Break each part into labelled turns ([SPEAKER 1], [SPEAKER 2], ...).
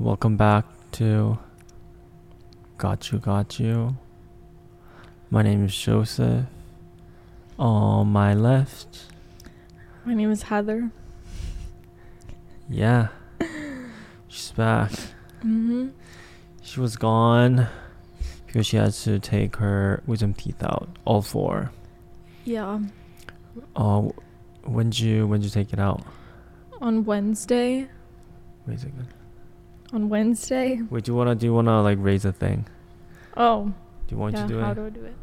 [SPEAKER 1] Welcome back to Got You Got You. My name is Joseph. On my left,
[SPEAKER 2] My name is Heather.
[SPEAKER 1] yeah, she's back.
[SPEAKER 2] Mm-hmm.
[SPEAKER 1] She was gone because she had to take her wisdom teeth out, all four.
[SPEAKER 2] Yeah.
[SPEAKER 1] Oh, when'd you when'd you take it out?
[SPEAKER 2] On Wednesday.
[SPEAKER 1] Wait a second.
[SPEAKER 2] On Wednesday.
[SPEAKER 1] Wait, do you wanna do you wanna like raise a thing?
[SPEAKER 2] Oh.
[SPEAKER 1] Do you want
[SPEAKER 2] yeah,
[SPEAKER 1] to do
[SPEAKER 2] how
[SPEAKER 1] it?
[SPEAKER 2] do I do it?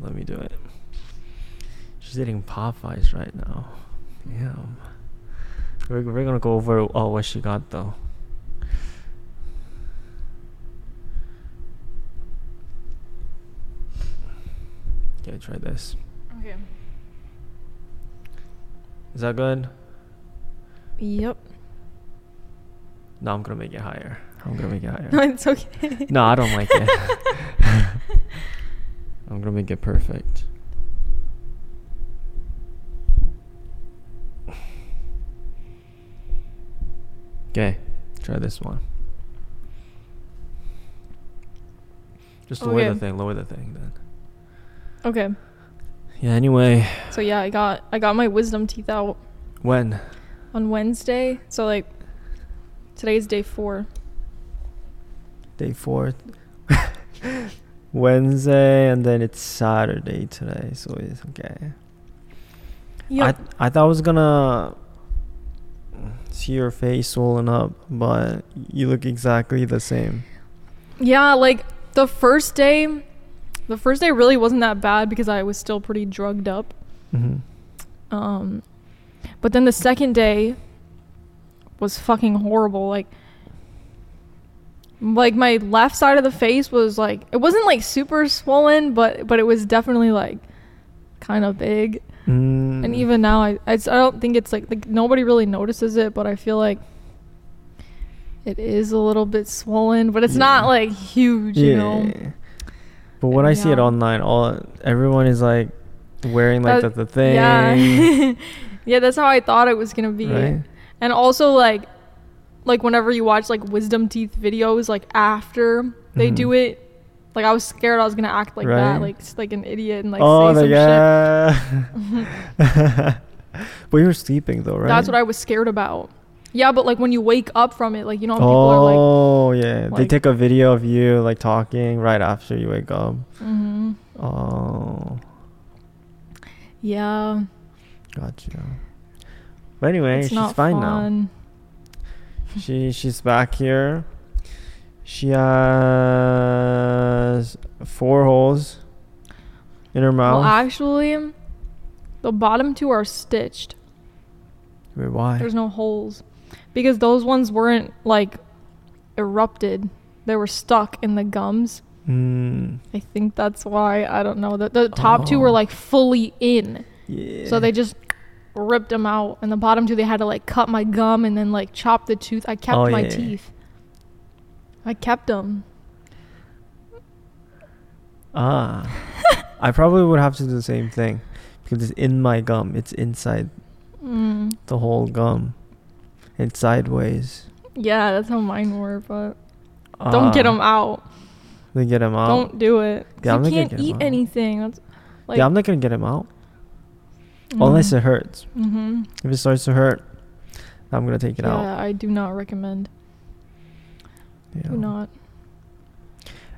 [SPEAKER 1] Let me do it. She's eating Popeyes right now. Damn. We're, we're gonna go over all what she got though. Okay, try this.
[SPEAKER 2] Okay.
[SPEAKER 1] Is that good?
[SPEAKER 2] Yep.
[SPEAKER 1] No, I'm gonna make it higher. I'm gonna make it
[SPEAKER 2] No,
[SPEAKER 1] higher.
[SPEAKER 2] it's okay.
[SPEAKER 1] no, I don't like it. I'm gonna make it perfect. Okay, try this one. Just lower the
[SPEAKER 2] Okay.
[SPEAKER 1] thing, lower the thing then.
[SPEAKER 2] okay.
[SPEAKER 1] Yeah, anyway,
[SPEAKER 2] So yeah, I got I got my wisdom teeth out
[SPEAKER 1] when?
[SPEAKER 2] on Wednesday. So like today's day four.
[SPEAKER 1] Day four. Wednesday, and then it's Saturday today, so it's okay. I
[SPEAKER 2] Yep.
[SPEAKER 1] th- I thought I was gonna see your face swollen up, but you look exactly the same.
[SPEAKER 2] yeah, like the first day the first day really wasn't that bad because I was still pretty drugged up.
[SPEAKER 1] Mm-hmm.
[SPEAKER 2] Um, but then the second day was fucking horrible. Like, like my left side of the face was like it wasn't like super swollen, but but it was definitely like kind of big.
[SPEAKER 1] Mm.
[SPEAKER 2] And even now, I it's, I don't think it's like like nobody really notices it, but I feel like it is a little bit swollen, but it's not
[SPEAKER 1] Yeah.
[SPEAKER 2] like huge, you know.
[SPEAKER 1] But when I see it
[SPEAKER 2] Yeah.
[SPEAKER 1] online, all everyone is like wearing like
[SPEAKER 2] That-
[SPEAKER 1] the, the thing.
[SPEAKER 2] Uh, Yeah. yeah, that's how I thought it was gonna be.
[SPEAKER 1] Right?
[SPEAKER 2] And also like like whenever you watch like wisdom teeth videos like after they
[SPEAKER 1] Mhm.
[SPEAKER 2] do it, like I was scared I was gonna act like
[SPEAKER 1] Right.
[SPEAKER 2] that, like s- like an idiot and like
[SPEAKER 1] oh
[SPEAKER 2] say
[SPEAKER 1] my
[SPEAKER 2] some
[SPEAKER 1] god! but you were sleeping though,
[SPEAKER 2] shit.
[SPEAKER 1] right?
[SPEAKER 2] That's what I was scared about. Yeah, but like when you wake up from it, like you know how people are like
[SPEAKER 1] Oh yeah, they
[SPEAKER 2] like-
[SPEAKER 1] take a video of you like talking right after you wake up.
[SPEAKER 2] hmm
[SPEAKER 1] Oh.
[SPEAKER 2] Yeah.
[SPEAKER 1] Gotcha. But anyway,
[SPEAKER 2] it's
[SPEAKER 1] she's
[SPEAKER 2] not
[SPEAKER 1] fine now.
[SPEAKER 2] fun.
[SPEAKER 1] She she's back here. She has four holes in her mouth.
[SPEAKER 2] Well actually the bottom two are stitched.
[SPEAKER 1] Wait, why?
[SPEAKER 2] There's no holes. Because those ones weren't like erupted. They were stuck in the gums.
[SPEAKER 1] Mm,
[SPEAKER 2] I think that's why. I don't know. The, the top two were
[SPEAKER 1] Oh.
[SPEAKER 2] like fully in.
[SPEAKER 1] yeah.
[SPEAKER 2] So they just ripped them out. And the bottom two, they had to like cut my gum and then like chop the tooth. I kept
[SPEAKER 1] Oh,
[SPEAKER 2] my
[SPEAKER 1] yeah, yeah.
[SPEAKER 2] teeth. I kept them.
[SPEAKER 1] ah. I probably would have to do the same thing because it's in my gum. It's inside
[SPEAKER 2] Mm.
[SPEAKER 1] the whole gum. It's sideways.
[SPEAKER 2] Yeah, that's how mine were. But don't get
[SPEAKER 1] Ah,
[SPEAKER 2] them out.
[SPEAKER 1] They get him out.
[SPEAKER 2] Don't do it. 'Cause
[SPEAKER 1] Yeah, I'm not
[SPEAKER 2] you
[SPEAKER 1] gonna
[SPEAKER 2] can't
[SPEAKER 1] get 'em
[SPEAKER 2] eat
[SPEAKER 1] out.
[SPEAKER 2] anything. That's like, mm.
[SPEAKER 1] yeah, I'm not gonna oh, get him out unless it hurts.
[SPEAKER 2] Mm-hmm.
[SPEAKER 1] If it starts to hurt, I'm gonna take it
[SPEAKER 2] yeah,
[SPEAKER 1] out.
[SPEAKER 2] I do not recommend.
[SPEAKER 1] Yeah.
[SPEAKER 2] Do not.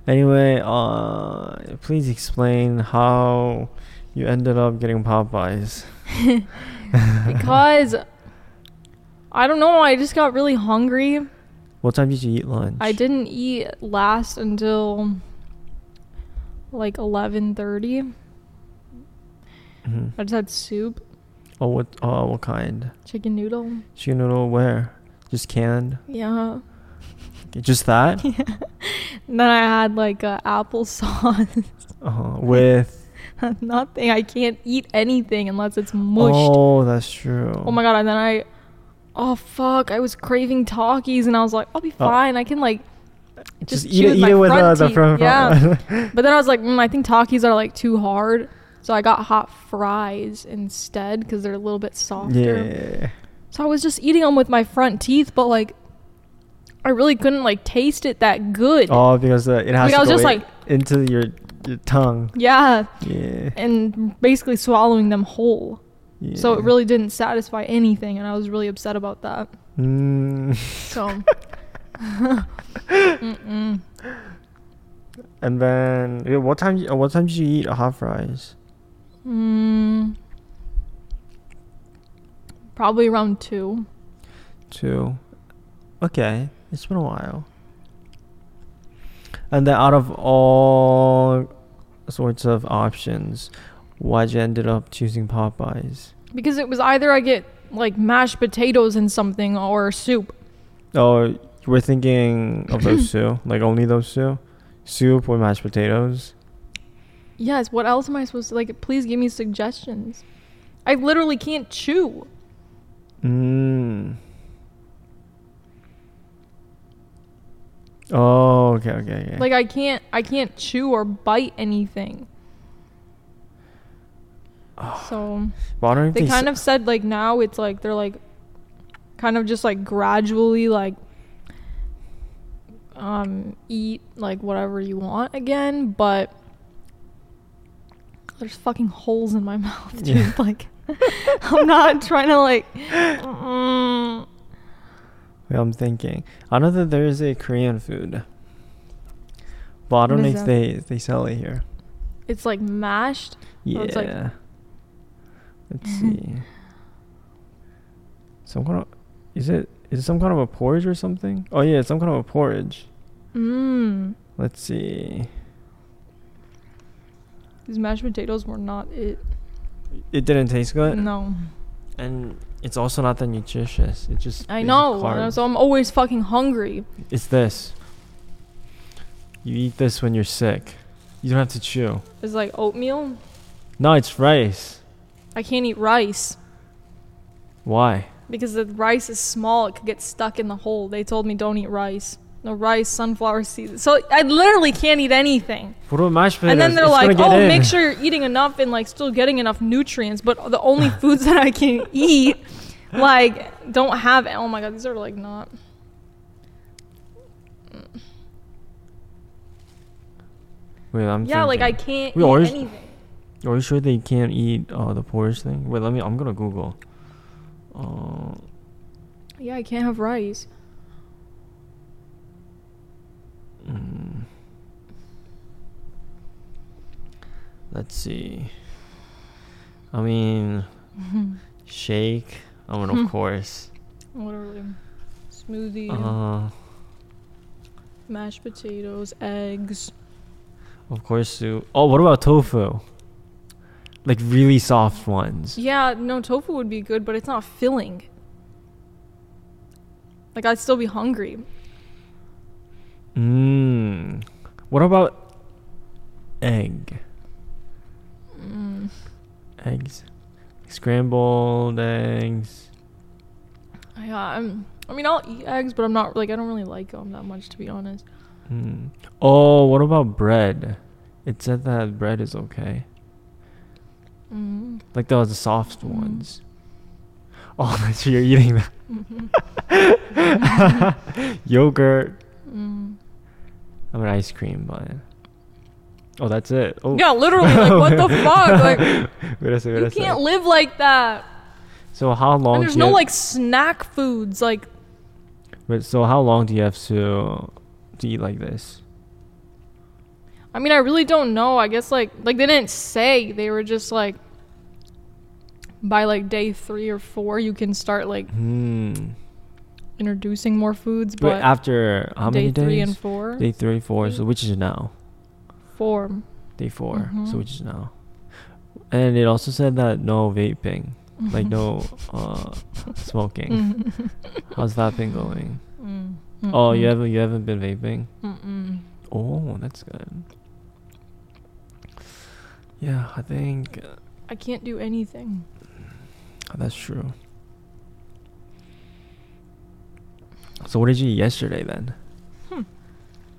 [SPEAKER 1] Anyway, uh, please explain how you ended up getting Popeyes.
[SPEAKER 2] because I don't know. I just got really hungry.
[SPEAKER 1] What time did you eat lunch?
[SPEAKER 2] I didn't eat last until like 11:30.
[SPEAKER 1] Mhm.
[SPEAKER 2] I just had soup,
[SPEAKER 1] Oh, what? Oh, what kind?
[SPEAKER 2] chicken noodle.
[SPEAKER 1] Chicken noodle? Where? Just canned?
[SPEAKER 2] Yeah.
[SPEAKER 1] Okay, Just that?
[SPEAKER 2] And then I had like uh, applesauce.
[SPEAKER 1] uh, with?
[SPEAKER 2] Nothing. I can't eat anything unless it's mushed. Oh,
[SPEAKER 1] Oh, that's true.
[SPEAKER 2] my god. And then I, oh fuck, I was craving talkies, and I was like, I'll be
[SPEAKER 1] Oh.
[SPEAKER 2] fine. I can like.
[SPEAKER 1] Just,
[SPEAKER 2] just
[SPEAKER 1] eat
[SPEAKER 2] chew
[SPEAKER 1] it.
[SPEAKER 2] with
[SPEAKER 1] Eat
[SPEAKER 2] my
[SPEAKER 1] it with
[SPEAKER 2] front
[SPEAKER 1] uh, the
[SPEAKER 2] teeth,
[SPEAKER 1] front. front-
[SPEAKER 2] But then I was like, mm, I think Takis are like too hard. So I got hot fries instead because they're a little bit softer.
[SPEAKER 1] yeah.
[SPEAKER 2] So I was just eating them with my front teeth, but like I really couldn't like taste it that good.
[SPEAKER 1] Oh, because uh, it has
[SPEAKER 2] I mean,
[SPEAKER 1] to
[SPEAKER 2] I was
[SPEAKER 1] go
[SPEAKER 2] just
[SPEAKER 1] in-
[SPEAKER 2] like,
[SPEAKER 1] into your, your tongue.
[SPEAKER 2] yeah,
[SPEAKER 1] Yeah.
[SPEAKER 2] and basically swallowing them whole. So
[SPEAKER 1] yeah.
[SPEAKER 2] it really didn't satisfy anything, and I was really upset about that.
[SPEAKER 1] Mm.
[SPEAKER 2] So, Mm-mm.
[SPEAKER 1] And then yeah, what time? uh, What time did you eat a hot fries?
[SPEAKER 2] Mm. probably around two.
[SPEAKER 1] Two. Okay, it's been a while. And then out of all sorts of options, why'd you ended up choosing Popeyes?
[SPEAKER 2] Because it was either I get like mashed potatoes in something or soup.
[SPEAKER 1] Oh, you were thinking of those two, like only those two, soup or mashed potatoes.
[SPEAKER 2] Yes, what else am I supposed to like? Please give me suggestions. I literally can't chew.
[SPEAKER 1] Mm. Oh, okay, okay, okay.
[SPEAKER 2] Like I can't I can't chew or bite anything. So
[SPEAKER 1] But I don't know if
[SPEAKER 2] they
[SPEAKER 1] they
[SPEAKER 2] kind of said like now it's like they're like kind of just like gradually like um eat like whatever you want again, but there's fucking holes in my mouth, dude.
[SPEAKER 1] Yeah.
[SPEAKER 2] Like I'm not trying to like mm,
[SPEAKER 1] Wait, I'm thinking. I know that there is a Korean food, but I don't
[SPEAKER 2] What
[SPEAKER 1] know
[SPEAKER 2] is
[SPEAKER 1] if
[SPEAKER 2] that?
[SPEAKER 1] they they sell it here.
[SPEAKER 2] it's like mashed.
[SPEAKER 1] Yeah.
[SPEAKER 2] Oh, it's like- Mm-hmm.
[SPEAKER 1] Let's see. Some kind of is it is it some kind of a porridge or something? Oh yeah, it's some kind of a porridge.
[SPEAKER 2] Mmm.
[SPEAKER 1] Let's see.
[SPEAKER 2] These mashed potatoes were not it.
[SPEAKER 1] It didn't taste good,
[SPEAKER 2] No.
[SPEAKER 1] and it's also not that nutritious. It just
[SPEAKER 2] Mm-hmm. I
[SPEAKER 1] it's just
[SPEAKER 2] know.
[SPEAKER 1] carbs.
[SPEAKER 2] So I'm always fucking hungry.
[SPEAKER 1] It's this. You eat this when you're sick. You don't have to chew.
[SPEAKER 2] It's like oatmeal.
[SPEAKER 1] No, it's rice.
[SPEAKER 2] I can't eat rice
[SPEAKER 1] Why?
[SPEAKER 2] because the rice is small. It could get stuck in the hole. They told me don't eat rice. No rice, sunflower seeds. So I literally can't eat anything.
[SPEAKER 1] What about mashed potatoes?
[SPEAKER 2] and then they're
[SPEAKER 1] It's gonna
[SPEAKER 2] like,
[SPEAKER 1] get
[SPEAKER 2] "Oh,
[SPEAKER 1] in."
[SPEAKER 2] make sure you're eating enough and like still getting enough nutrients." But the only foods that I can eat, like, don't have. Oh my god, these are like not.
[SPEAKER 1] Wait, I'm
[SPEAKER 2] yeah, like I
[SPEAKER 1] thinking.
[SPEAKER 2] can't
[SPEAKER 1] We
[SPEAKER 2] eat
[SPEAKER 1] always-
[SPEAKER 2] anything.
[SPEAKER 1] Are you sure they can't eat uh, the porridge thing? Wait, let me. I'm gonna Google. Uh,
[SPEAKER 2] Yeah, I can't have rice.
[SPEAKER 1] mm. Let's see. I mean, shake. I mean, of course.
[SPEAKER 2] Literally, smoothie.
[SPEAKER 1] Uh,
[SPEAKER 2] mashed potatoes, eggs.
[SPEAKER 1] of course soup. Oh, what about tofu? Like really soft ones.
[SPEAKER 2] Yeah, no, tofu would be good, but it's not filling. Like, I'd still be hungry.
[SPEAKER 1] Mmm. What about egg?
[SPEAKER 2] Mm.
[SPEAKER 1] Eggs. Scrambled eggs.
[SPEAKER 2] Yeah, I'm, I mean, I'll eat eggs, but I'm not, like, I don't really like them that much, to be honest. Hmm.
[SPEAKER 1] Mm. Oh, what about bread? It said that bread is okay.
[SPEAKER 2] Mm.
[SPEAKER 1] Like those soft
[SPEAKER 2] Mm.
[SPEAKER 1] ones. Oh, that's you're eating that.
[SPEAKER 2] Mhm.
[SPEAKER 1] Yogurt.
[SPEAKER 2] Mm.
[SPEAKER 1] I mean ice cream, but oh, that's it. Oh,
[SPEAKER 2] Yeah, literally, like, what the fuck? Like,
[SPEAKER 1] wait a second, wait
[SPEAKER 2] you
[SPEAKER 1] a second.
[SPEAKER 2] can't live like that.
[SPEAKER 1] So how long?
[SPEAKER 2] And
[SPEAKER 1] do
[SPEAKER 2] there's
[SPEAKER 1] you
[SPEAKER 2] no,
[SPEAKER 1] have-
[SPEAKER 2] like, snack foods. Like,
[SPEAKER 1] Wait, so how long do you have to to eat like this?
[SPEAKER 2] I mean, I really don't know. I guess, like, like they didn't say. They were just like, by like day three or four, you can start like
[SPEAKER 1] Hmm.
[SPEAKER 2] introducing more foods,
[SPEAKER 1] Wait,
[SPEAKER 2] but
[SPEAKER 1] after how
[SPEAKER 2] day
[SPEAKER 1] many days?
[SPEAKER 2] three and four,
[SPEAKER 1] Day three, four.
[SPEAKER 2] Mm-hmm.
[SPEAKER 1] So which is now?
[SPEAKER 2] four.
[SPEAKER 1] Day 4
[SPEAKER 2] Mhm.
[SPEAKER 1] So which is now? And it also said that no vaping, Mm-hmm. like no uh, smoking.
[SPEAKER 2] Mm.
[SPEAKER 1] How's that been going?
[SPEAKER 2] Mm.
[SPEAKER 1] Oh,
[SPEAKER 2] Mm-mm.
[SPEAKER 1] you haven't you haven't been vaping.
[SPEAKER 2] Mm-hmm. Mm-mm.
[SPEAKER 1] Oh, that's good. Yeah, I think uh,
[SPEAKER 2] I can't do anything.
[SPEAKER 1] that's true. So what did you eat yesterday then?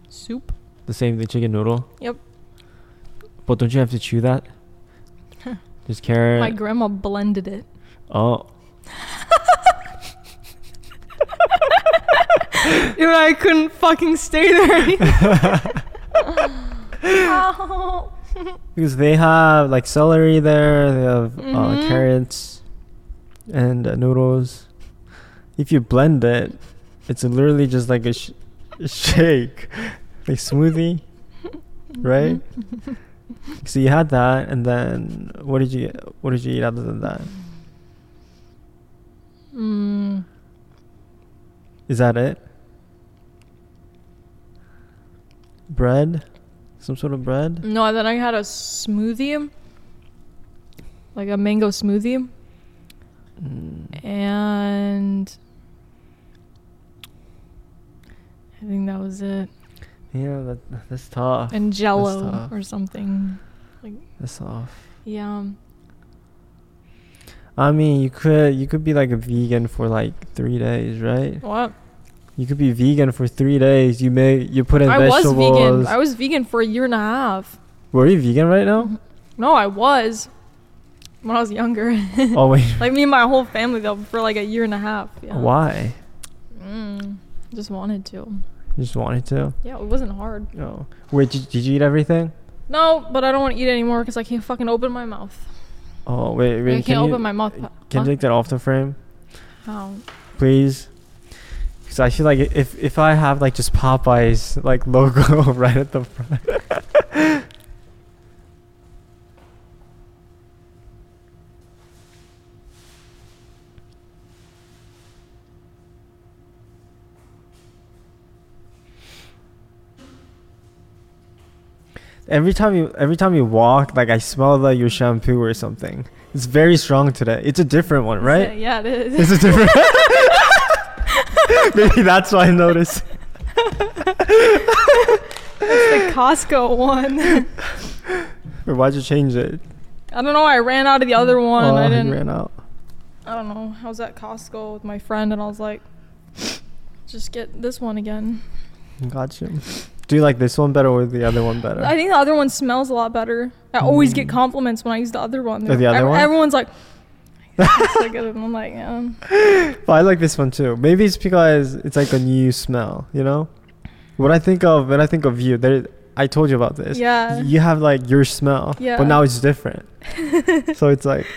[SPEAKER 2] Soup.
[SPEAKER 1] The same thing, chicken noodle.
[SPEAKER 2] Yep.
[SPEAKER 1] But don't you have to chew that? Just carrot.
[SPEAKER 2] My grandma blended it.
[SPEAKER 1] oh.
[SPEAKER 2] Dude, I couldn't fucking stay there. Ow.
[SPEAKER 1] Because they have like celery there, they have uh,
[SPEAKER 2] Mhm.
[SPEAKER 1] carrots and uh, noodles. If you blend it, it's literally just like a, sh- a shake, like smoothie,
[SPEAKER 2] Mm-hmm.
[SPEAKER 1] right? so you had that, and then what did you what did you eat other than that?
[SPEAKER 2] Mm,
[SPEAKER 1] Is that it? Bread, some sort of bread.
[SPEAKER 2] no, then I had a smoothie, like a mango smoothie,
[SPEAKER 1] Mm.
[SPEAKER 2] and I think that was it.
[SPEAKER 1] Yeah, that, that's tough.
[SPEAKER 2] And Jello
[SPEAKER 1] tough.
[SPEAKER 2] or something. Like,
[SPEAKER 1] that's tough.
[SPEAKER 2] yeah.
[SPEAKER 1] I mean, you could you could be like a vegan for like three days, right?
[SPEAKER 2] What?
[SPEAKER 1] You could be vegan for three days. You may you put in
[SPEAKER 2] I was
[SPEAKER 1] vegetables.
[SPEAKER 2] vegan. I was vegan for a year and a half.
[SPEAKER 1] Were you vegan right now?
[SPEAKER 2] No, I was when I was younger.
[SPEAKER 1] oh wait,
[SPEAKER 2] like me and my whole family though for like a year and a half. Yeah.
[SPEAKER 1] why?
[SPEAKER 2] Mm, just wanted to.
[SPEAKER 1] You just wanted to.
[SPEAKER 2] Yeah, it wasn't hard.
[SPEAKER 1] Oh wait, did, did you eat everything?
[SPEAKER 2] No, but I don't want to eat anymore because I can't fucking open my mouth.
[SPEAKER 1] Oh wait, wait.
[SPEAKER 2] I
[SPEAKER 1] can
[SPEAKER 2] can't
[SPEAKER 1] you,
[SPEAKER 2] open my mouth. Oh.
[SPEAKER 1] Can you take that off the frame,
[SPEAKER 2] How?
[SPEAKER 1] please? Because I feel like if if I have like just Popeyes like logo right at the front. Every time you every time you walk, like I smell like your shampoo or something. It's very strong today. It's a different one, right?
[SPEAKER 2] Yeah, it is.
[SPEAKER 1] It's a different. Maybe that's why I noticed.
[SPEAKER 2] It's the Costco one. I
[SPEAKER 1] Or why'd you change it?
[SPEAKER 2] don't know. I ran out of the other one.
[SPEAKER 1] Oh,
[SPEAKER 2] and I
[SPEAKER 1] you
[SPEAKER 2] didn't.
[SPEAKER 1] ran out.
[SPEAKER 2] I don't know. I was at Costco with my friend and I was like, just get this one again.
[SPEAKER 1] Got you. Do you like this one better or the other one better?
[SPEAKER 2] I think the other one smells a lot better. I always get compliments when I use the other one.
[SPEAKER 1] Oh, the other
[SPEAKER 2] Ev-
[SPEAKER 1] one?
[SPEAKER 2] Everyone's like, "It's so good," and I'm like, um, yeah.
[SPEAKER 1] but I like this one too. Maybe it's because it's like a new smell. You know, when I think of when I think of you, there I told you about this.
[SPEAKER 2] Yeah.
[SPEAKER 1] You have like your smell,
[SPEAKER 2] Yeah.
[SPEAKER 1] but now it's different. so it's like,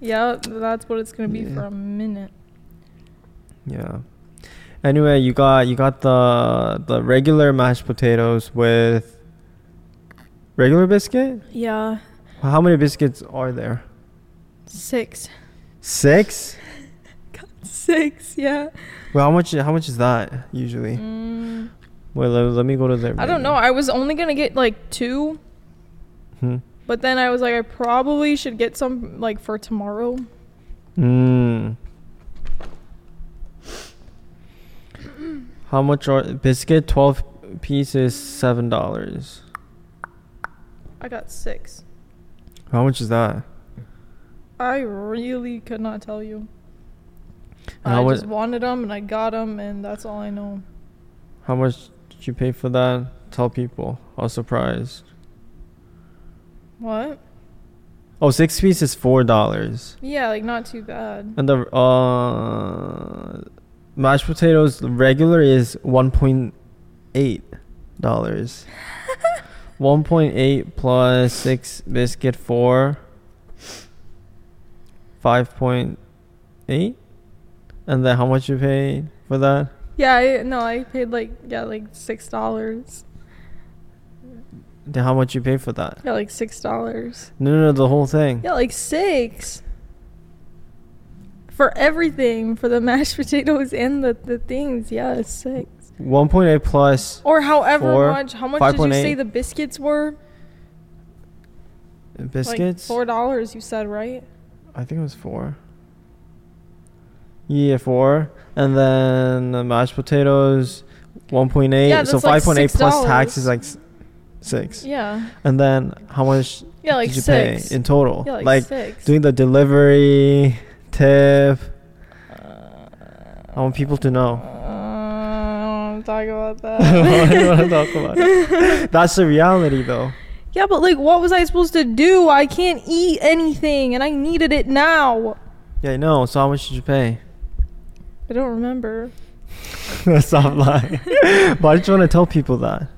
[SPEAKER 2] yeah, that's what it's gonna be
[SPEAKER 1] Yeah.
[SPEAKER 2] for a minute.
[SPEAKER 1] yeah. Anyway, you got you got the the regular mashed potatoes with regular biscuit.
[SPEAKER 2] Yeah,
[SPEAKER 1] How many biscuits are there?
[SPEAKER 2] six,
[SPEAKER 1] Six.
[SPEAKER 2] six. Yeah.
[SPEAKER 1] Well, how much? How much is that usually?
[SPEAKER 2] Mm,
[SPEAKER 1] Wait, let, let me go to their.
[SPEAKER 2] I don't
[SPEAKER 1] menu.
[SPEAKER 2] know. I was only gonna get like two,
[SPEAKER 1] Hmm.
[SPEAKER 2] but then I was like, I probably should get some like for tomorrow.
[SPEAKER 1] Mm. How much are biscuit? Twelve pieces, seven dollars.
[SPEAKER 2] I got six.
[SPEAKER 1] How much is that?
[SPEAKER 2] I really could not tell you.
[SPEAKER 1] And how
[SPEAKER 2] I
[SPEAKER 1] wa-
[SPEAKER 2] just wanted them and I got them, and that's all I know.
[SPEAKER 1] How much did you pay for that? Tell people. I was surprised.
[SPEAKER 2] What?
[SPEAKER 1] Oh, six pieces, four dollars.
[SPEAKER 2] Yeah, like not too bad.
[SPEAKER 1] And the uh, mashed potatoes regular is one point eight dollars. one point eight plus six biscuit four. Five point eight, and then how much you paid for that?
[SPEAKER 2] Yeah, I, no, I paid like yeah, like six dollars.
[SPEAKER 1] Then how much you paid for that?
[SPEAKER 2] Yeah, like six dollars.
[SPEAKER 1] No, no, no, the whole thing.
[SPEAKER 2] Yeah, like six. For everything, for the mashed potatoes and the, the things, yeah, it's six.
[SPEAKER 1] One point eight plus
[SPEAKER 2] Or however
[SPEAKER 1] Four,
[SPEAKER 2] much. How much did you
[SPEAKER 1] 5.8.
[SPEAKER 2] say the biscuits were?
[SPEAKER 1] biscuits.
[SPEAKER 2] Like four dollars, you said, right?
[SPEAKER 1] I think it was four. Yeah, four, and then the mashed potatoes, one point eight.
[SPEAKER 2] Yeah,
[SPEAKER 1] so
[SPEAKER 2] that's like
[SPEAKER 1] five point eight plus
[SPEAKER 2] $6.
[SPEAKER 1] tax is like s- six.
[SPEAKER 2] Yeah.
[SPEAKER 1] And then how much
[SPEAKER 2] Yeah, like
[SPEAKER 1] did you
[SPEAKER 2] six.
[SPEAKER 1] pay in total?
[SPEAKER 2] Yeah, like, six.
[SPEAKER 1] doing the delivery tip. I
[SPEAKER 2] Uh,
[SPEAKER 1] want people to know.
[SPEAKER 2] I don't want to talk about
[SPEAKER 1] I don't want to
[SPEAKER 2] that.
[SPEAKER 1] talk about it. That's the reality, though.
[SPEAKER 2] yeah, but like, what was I supposed to do? I can't eat anything, and I needed it now.
[SPEAKER 1] Yeah, I know. So how much did you pay?
[SPEAKER 2] I don't remember.
[SPEAKER 1] a soft lie. but I just want to tell people that.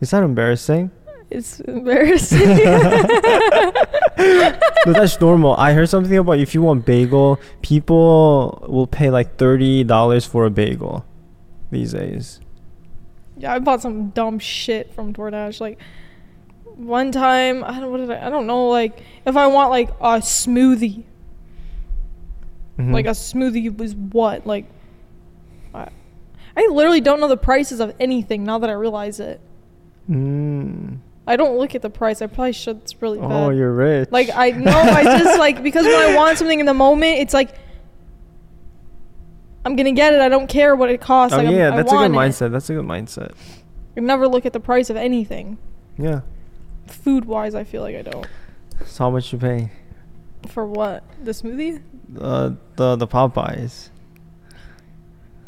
[SPEAKER 1] Is that embarrassing?
[SPEAKER 2] It's embarrassing.
[SPEAKER 1] No, that's normal. I heard something about if you want bagel, people will pay like thirty dollars for a bagel these days.
[SPEAKER 2] Yeah, I bought some dumb shit from DoorDash. Like one time, I don't what did I, I don't know. Like if I want like a smoothie,
[SPEAKER 1] Mhm.
[SPEAKER 2] like a smoothie was what like. I, I literally don't know the prices of anything now that I realize it.
[SPEAKER 1] Mm.
[SPEAKER 2] I don't look at the price. I probably should. It's really bad.
[SPEAKER 1] Oh, you're rich.
[SPEAKER 2] Like I know I just like because when I want something in the moment, it's like I'm gonna get it. I don't care what it costs.
[SPEAKER 1] Oh
[SPEAKER 2] like, I'm-
[SPEAKER 1] yeah,
[SPEAKER 2] I
[SPEAKER 1] that's a good
[SPEAKER 2] want it.
[SPEAKER 1] mindset. That's a good mindset.
[SPEAKER 2] I never look at the price of anything.
[SPEAKER 1] Yeah.
[SPEAKER 2] Food wise, I feel like I don't.
[SPEAKER 1] So how much you pay?
[SPEAKER 2] For what the smoothie?
[SPEAKER 1] Uh, the the Popeyes.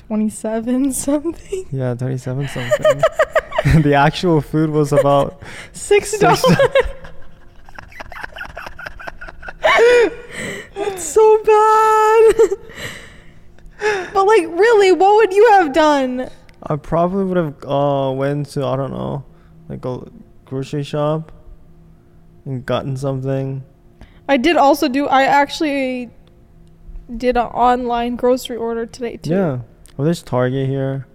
[SPEAKER 2] Twenty seven something.
[SPEAKER 1] Yeah, twenty seven something. the actual food was about
[SPEAKER 2] Six
[SPEAKER 1] Six
[SPEAKER 2] dollars. That's so bad. but like, really, what would you have done?
[SPEAKER 1] I probably would have uh went to I don't know, like a grocery shop and gotten something.
[SPEAKER 2] I did also do. I actually did an online grocery order today too.
[SPEAKER 1] Yeah. Well, there's Target here.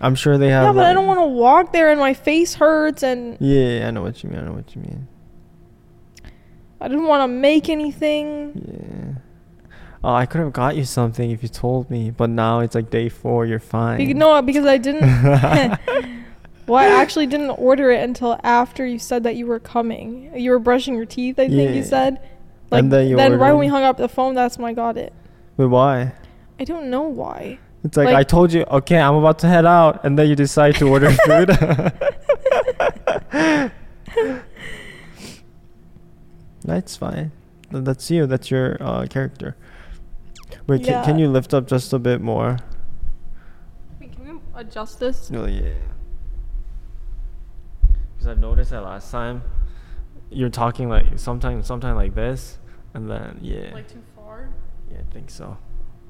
[SPEAKER 1] I'm sure they have.
[SPEAKER 2] Yeah, but I
[SPEAKER 1] like-
[SPEAKER 2] don't want to walk there, and my face hurts, and
[SPEAKER 1] Yeah, yeah, I know what you mean. I know what you mean.
[SPEAKER 2] I didn't want to make anything.
[SPEAKER 1] Yeah. Oh, I could have got you something if you told me, but now it's like day four. You're fine.
[SPEAKER 2] Be- no, because I didn't. well, I actually didn't order it until after you said that you were coming. You were brushing your teeth, I think
[SPEAKER 1] Yeah.
[SPEAKER 2] you said. Like
[SPEAKER 1] And then you
[SPEAKER 2] right when
[SPEAKER 1] ordered-
[SPEAKER 2] we hung up the phone, that's when I got it.
[SPEAKER 1] But why?
[SPEAKER 2] I don't know why.
[SPEAKER 1] It's like,
[SPEAKER 2] Like-
[SPEAKER 1] I told you, okay, I'm about to head out, and then you decide to order food. That's fine. Th- That's you. That's your uh, character. Wait, ca- can
[SPEAKER 2] Yeah.
[SPEAKER 1] you lift up just a bit more?
[SPEAKER 2] Wait, can we adjust this?
[SPEAKER 1] Oh yeah. Because I've noticed that last time, you're talking like sometimes, sometime like this, and then yeah,
[SPEAKER 2] too far?
[SPEAKER 1] yeah, I think so.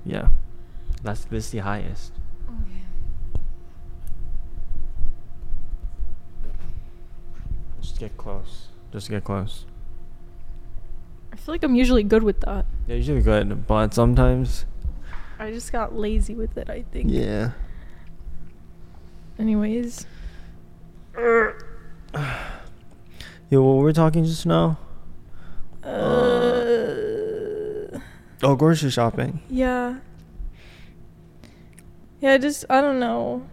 [SPEAKER 1] Yeah, that's this the highest. Just get close. Just get close.
[SPEAKER 2] I feel like I'm usually good with that.
[SPEAKER 1] Yeah, usually good, but sometimes.
[SPEAKER 2] I just got lazy with it, I think.
[SPEAKER 1] Yeah.
[SPEAKER 2] Anyways,
[SPEAKER 1] Yo, what were we talking just now?
[SPEAKER 2] uh,
[SPEAKER 1] Oh, grocery shopping.
[SPEAKER 2] yeah, yeah. I just I don't know.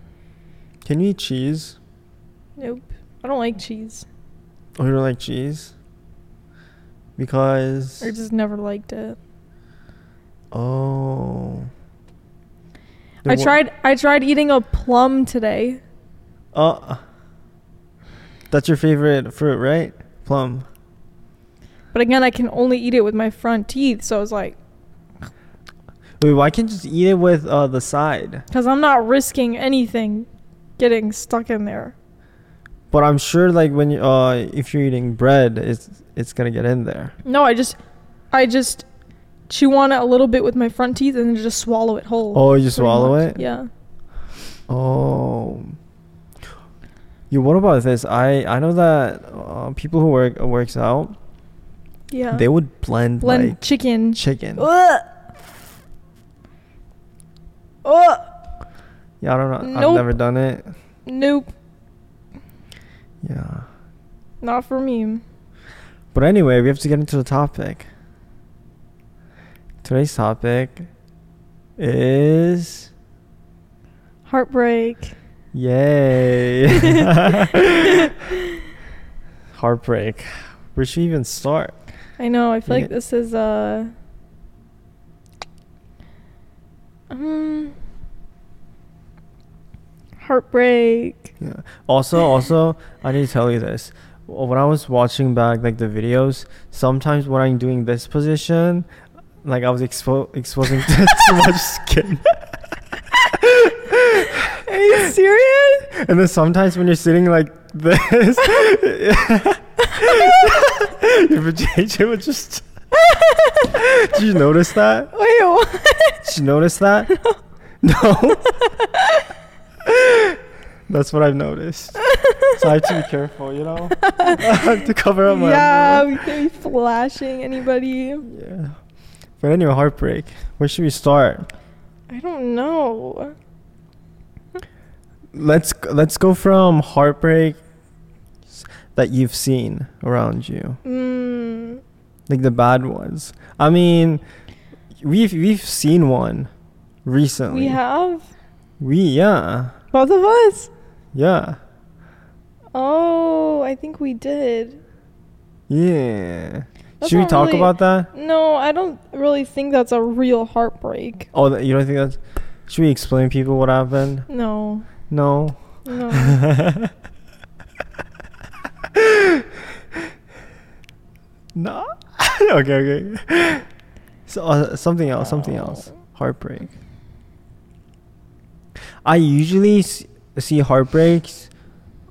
[SPEAKER 1] Can you eat cheese?
[SPEAKER 2] Nope. I don't like cheese.
[SPEAKER 1] Oh, you don't like cheese? Because.
[SPEAKER 2] I just never liked it.
[SPEAKER 1] Oh.
[SPEAKER 2] I
[SPEAKER 1] Then wha-
[SPEAKER 2] tried. I tried eating a plum today.
[SPEAKER 1] Uh, that's your favorite fruit, right? Plum.
[SPEAKER 2] But again, I can only eat it with my front teeth, so I was like,
[SPEAKER 1] Wait, why can't you just eat it with uh, the side?
[SPEAKER 2] because I'm not risking anything getting stuck in there.
[SPEAKER 1] But I'm sure, like when you, uh, if you're eating bread, it's it's gonna get in there.
[SPEAKER 2] No, I just, I just chew on it a little bit with my front teeth and then just swallow it whole.
[SPEAKER 1] Oh, you
[SPEAKER 2] pretty
[SPEAKER 1] swallow
[SPEAKER 2] much.
[SPEAKER 1] it?
[SPEAKER 2] Yeah.
[SPEAKER 1] Oh. Yo, what about this? I I know that uh, people who work works out,
[SPEAKER 2] Yeah.
[SPEAKER 1] they would blend,
[SPEAKER 2] blend
[SPEAKER 1] like
[SPEAKER 2] chicken.
[SPEAKER 1] chicken.
[SPEAKER 2] Ugh. Ugh.
[SPEAKER 1] Yeah, I don't know. I've
[SPEAKER 2] Nope.
[SPEAKER 1] never done it.
[SPEAKER 2] Nope.
[SPEAKER 1] Yeah.
[SPEAKER 2] Not for me.
[SPEAKER 1] But anyway, we have to get into the topic. Today's topic is
[SPEAKER 2] Heartbreak.
[SPEAKER 1] yay heartbreak. Where should we even start?
[SPEAKER 2] I know. I feel
[SPEAKER 1] Yeah.
[SPEAKER 2] like this is uh um heartbreak.
[SPEAKER 1] Yeah. Also, also, I need to tell you this. Wh- When I was watching back like the videos, sometimes when I'm doing this position, like I was expo- exposing too much skin.
[SPEAKER 2] Are you serious?
[SPEAKER 1] And then sometimes when you're sitting like this, your vagina would just. Did you notice that?
[SPEAKER 2] Wait, what?
[SPEAKER 1] Did you notice that? No. That's what I've noticed. So I have to be careful, you know? I have to cover up my
[SPEAKER 2] yeah, we can't be flashing anybody.
[SPEAKER 1] umbrella. Yeah. But anyway, heartbreak. Where should we start?
[SPEAKER 2] I don't know.
[SPEAKER 1] Let's g- let's go from heartbreak s- that you've seen around you.
[SPEAKER 2] Mm,
[SPEAKER 1] Like the bad ones. I mean, we've we've seen one recently.
[SPEAKER 2] we have
[SPEAKER 1] We yeah.
[SPEAKER 2] both of us.
[SPEAKER 1] Yeah.
[SPEAKER 2] Oh, I think we did.
[SPEAKER 1] Yeah.
[SPEAKER 2] That's
[SPEAKER 1] Should we
[SPEAKER 2] not
[SPEAKER 1] talk
[SPEAKER 2] really-
[SPEAKER 1] about that?
[SPEAKER 2] No, I don't really think that's a real heartbreak.
[SPEAKER 1] Oh, th- you don't think that's. Should we explain people what happened?
[SPEAKER 2] No,
[SPEAKER 1] No.
[SPEAKER 2] no.
[SPEAKER 1] No. okay, okay. So uh, something else, something else. Heartbreak. I usually s- see heartbreaks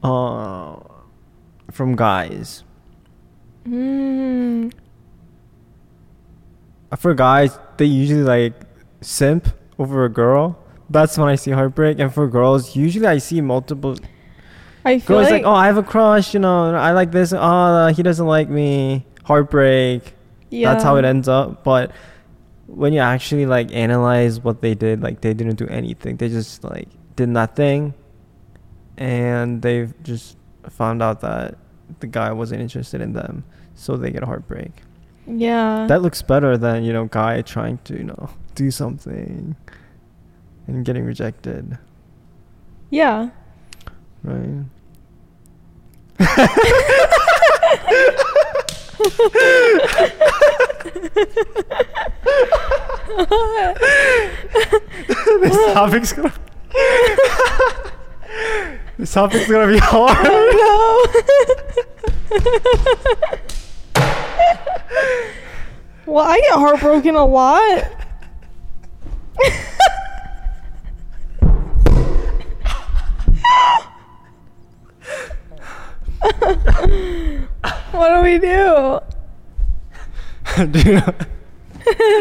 [SPEAKER 1] uh, from guys.
[SPEAKER 2] mm,
[SPEAKER 1] Uh, For guys, they usually like simp over a girl. That's when I see heartbreak. And for girls, usually I see multiple
[SPEAKER 2] I feel
[SPEAKER 1] Girls like,
[SPEAKER 2] like,
[SPEAKER 1] oh, I have a crush, you know, I like this. Oh, uh, he doesn't like me. Heartbreak.
[SPEAKER 2] yeah.
[SPEAKER 1] That's how it ends up. But when you actually like analyze what they did, like they didn't do anything. They just like did nothing, and they've just found out that the guy wasn't interested in them, so they get a heartbreak.
[SPEAKER 2] Yeah.
[SPEAKER 1] That looks better than you know, guy trying to you know do something and getting rejected,
[SPEAKER 2] yeah.
[SPEAKER 1] right? this topic's gonna this topic's gonna be hard.
[SPEAKER 2] Well, I get heartbroken a lot. what do we do?
[SPEAKER 1] do you know?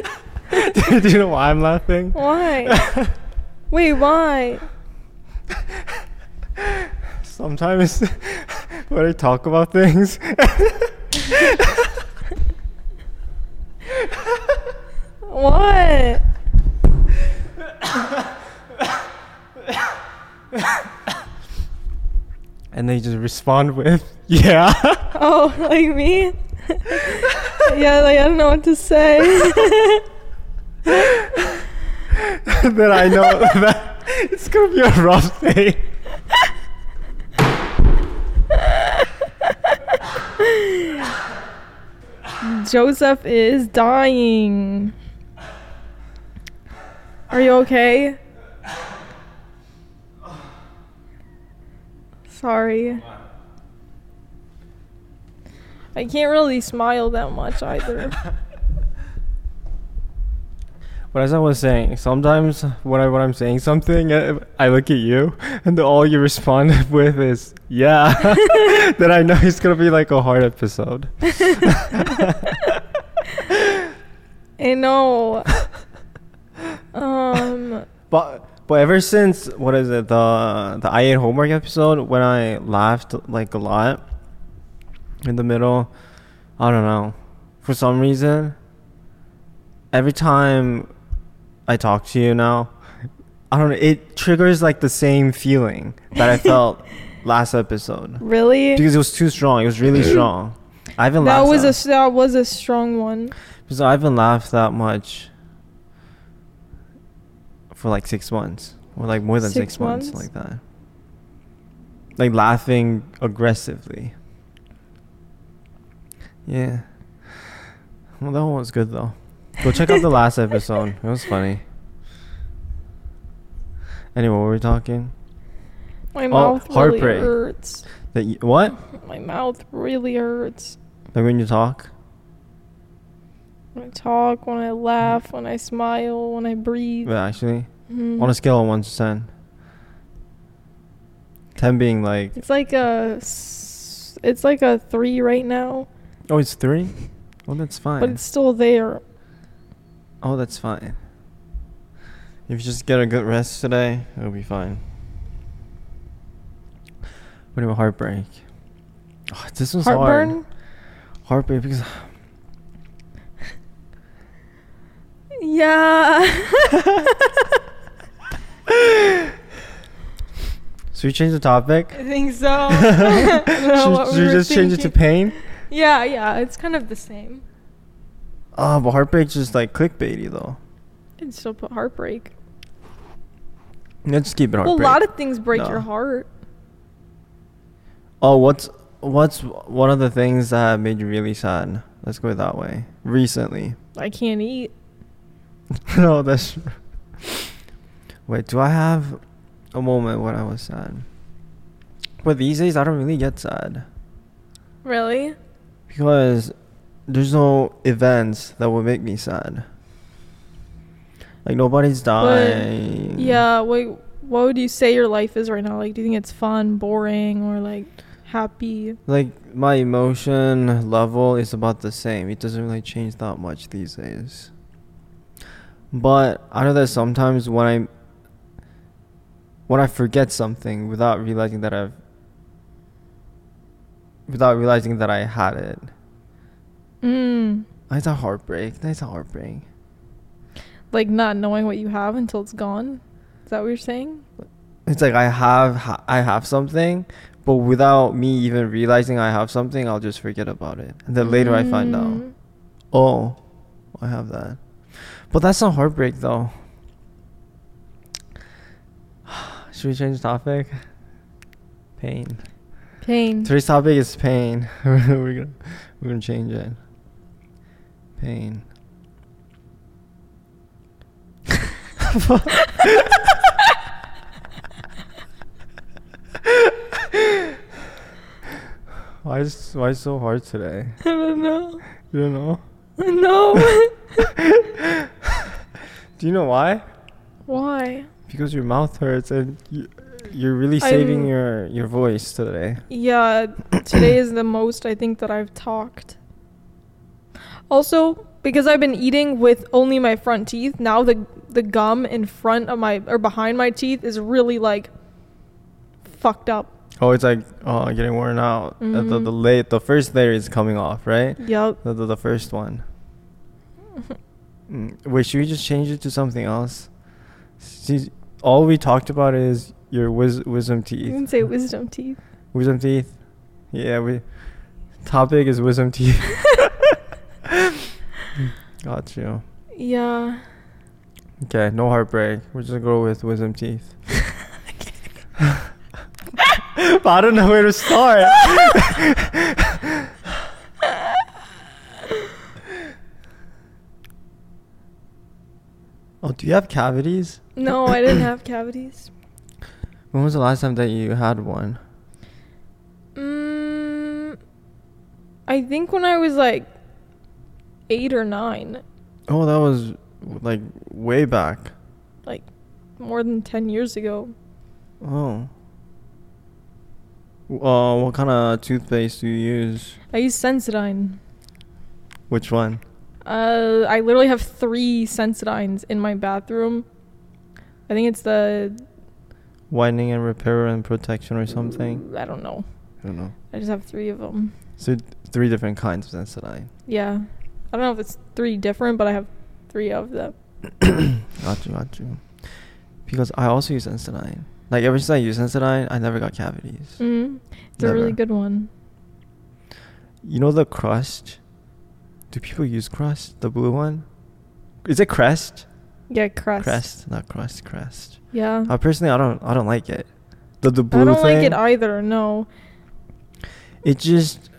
[SPEAKER 1] do you know why I'm laughing?
[SPEAKER 2] Why? Wait, why?
[SPEAKER 1] Sometimes when I talk about things,
[SPEAKER 2] What?
[SPEAKER 1] and they just respond with, "Yeah."
[SPEAKER 2] Oh, like me? yeah, like I don't know what to say.
[SPEAKER 1] then I know that it's gonna be a rough day.
[SPEAKER 2] Joseph is dying. Are you okay? Sorry. I can't really smile that much either.
[SPEAKER 1] But as I was saying, sometimes when I when I'm saying something, uh, I look at you, and the, all you respond with is "yeah." then I know it's gonna be like a hard episode.
[SPEAKER 2] I know. Um.
[SPEAKER 1] But but ever since what is it the the I ate homework episode when I laughed like a lot in the middle, I don't know. For some reason, every time I talk to you now, I don't know. It triggers like the same feeling that I felt last episode
[SPEAKER 2] Really?
[SPEAKER 1] because it was too strong. It was really strong. I haven't
[SPEAKER 2] that
[SPEAKER 1] laughed
[SPEAKER 2] was
[SPEAKER 1] that-
[SPEAKER 2] a that was a strong one.
[SPEAKER 1] because I haven't laughed that much for like six months, or like more than six,
[SPEAKER 2] Six
[SPEAKER 1] months,
[SPEAKER 2] months?
[SPEAKER 1] like that. Like laughing aggressively. Yeah. Well, that one was good though. Go check out the last episode. It was funny. Anyway, what were we talking?
[SPEAKER 2] My
[SPEAKER 1] Oh,
[SPEAKER 2] mouth really
[SPEAKER 1] heartbreak.
[SPEAKER 2] hurts.
[SPEAKER 1] That you, what?
[SPEAKER 2] My mouth really hurts.
[SPEAKER 1] Like when you talk?
[SPEAKER 2] When I talk, when I laugh, when I smile, when I breathe.
[SPEAKER 1] Well, actually,
[SPEAKER 2] Mm.
[SPEAKER 1] on a scale of one to ten, ten being like,
[SPEAKER 2] It's like a, s- it's like a three right now,
[SPEAKER 1] oh, it's three. Oh, that's fine.
[SPEAKER 2] but it's still there.
[SPEAKER 1] Oh, that's fine. If you just get a good rest today, it'll be fine. What about heartbreak? Oh, this was hard.
[SPEAKER 2] Heartburn?
[SPEAKER 1] Heartbreak because
[SPEAKER 2] Yeah.
[SPEAKER 1] so we change the topic.
[SPEAKER 2] I think so. I don't know
[SPEAKER 1] should
[SPEAKER 2] what we
[SPEAKER 1] should we
[SPEAKER 2] were
[SPEAKER 1] just change it to
[SPEAKER 2] thinking.
[SPEAKER 1] pain?
[SPEAKER 2] Yeah, yeah, it's kind of the same.
[SPEAKER 1] Oh, but heartbreak's just like clickbaity though.
[SPEAKER 2] It's still put heartbreak.
[SPEAKER 1] Let's just keep it
[SPEAKER 2] Well, a
[SPEAKER 1] heartbreak.
[SPEAKER 2] lot of things break
[SPEAKER 1] No.
[SPEAKER 2] your heart.
[SPEAKER 1] oh, what's what's one of the things that made you really sad? Let's go that way. Recently.
[SPEAKER 2] I can't eat.
[SPEAKER 1] no, that's. Wait, do I have a moment when I was sad? But these days, I don't really get sad
[SPEAKER 2] Really?
[SPEAKER 1] because there's no events that would make me sad. Like nobody's dying.
[SPEAKER 2] Yeah, wait, what would you say your life is right now? Like, do you think it's fun, boring, or like happy?
[SPEAKER 1] Like my emotion level is about the same. It doesn't really change that much these days. But I know that sometimes when I when I forget something without realizing that I've without realizing that I had it.
[SPEAKER 2] Mm.
[SPEAKER 1] That's a heartbreak. That's a heartbreak.
[SPEAKER 2] Like, not knowing what you have until it's gone? Is that what you're saying?
[SPEAKER 1] It's like I have ha- I have something, but without me even realizing I have something, I'll just forget about it. And then later I find out.
[SPEAKER 2] Mm.
[SPEAKER 1] Oh, I have that. But that's not heartbreak though. Should we change topic? Pain.
[SPEAKER 2] Pain.
[SPEAKER 1] Today's topic is pain. we're gonna we're gonna change it. Pain. why is why so hard today?
[SPEAKER 2] I don't know.
[SPEAKER 1] You don't know?
[SPEAKER 2] No.
[SPEAKER 1] Do you know why?
[SPEAKER 2] Why?
[SPEAKER 1] Because your mouth hurts and you, you're really saving
[SPEAKER 2] I'm-
[SPEAKER 1] your your voice today.
[SPEAKER 2] Yeah, today is the most I think that I've talked. Also, because I've been eating with only my front teeth, now the the gum in front of my or behind my teeth is really like fucked up.
[SPEAKER 1] Oh, it's like oh, getting worn out. Uh, The
[SPEAKER 2] Mhm.
[SPEAKER 1] the la- the first layer is coming off, right?
[SPEAKER 2] Yup.
[SPEAKER 1] The the, the first one. Mm, Wait, should we just change it to something else? See, all we talked about is your wis- wisdom
[SPEAKER 2] You
[SPEAKER 1] teeth.
[SPEAKER 2] can say wisdom teeth.
[SPEAKER 1] Wisdom teeth. Yeah, we. Topic is wisdom teeth. Got you.
[SPEAKER 2] Yeah.
[SPEAKER 1] Okay, no heartbreak. We're just gonna go with wisdom teeth. but I don't know where to start. oh, do you have cavities?
[SPEAKER 2] No, I didn't have cavities.
[SPEAKER 1] When was the last time that you had one?
[SPEAKER 2] Mm, I think when I was like eight or nine,
[SPEAKER 1] Oh, that was like way back.
[SPEAKER 2] like more than ten years ago.
[SPEAKER 1] Oh. Uh, what kind of toothpaste do you use?
[SPEAKER 2] I used Sensodyne.
[SPEAKER 1] Which one?
[SPEAKER 2] Uh, I literally have three Sensodynes in my bathroom. I think it's the
[SPEAKER 1] Whitening and repair and protection or something?
[SPEAKER 2] I don't know.
[SPEAKER 1] I don't know.
[SPEAKER 2] I just have three of them.
[SPEAKER 1] So th- three different kinds of Sensodyne.
[SPEAKER 2] Yeah, I don't know if it's three different, but I have three of them.
[SPEAKER 1] Got you, got you. Because I also use Sensodyne. Like ever since I used Sensodyne, I never got cavities.
[SPEAKER 2] Mm. It's a
[SPEAKER 1] Never.
[SPEAKER 2] really good one.
[SPEAKER 1] You know the crust? Do people use crust? The blue one? Is it crest?
[SPEAKER 2] Yeah, crest.
[SPEAKER 1] Crest, not crust. Crest.
[SPEAKER 2] Yeah.
[SPEAKER 1] I Uh, personally, I don't, I don't like it. The the blue
[SPEAKER 2] I don't like
[SPEAKER 1] thing,
[SPEAKER 2] it either. No.
[SPEAKER 1] It just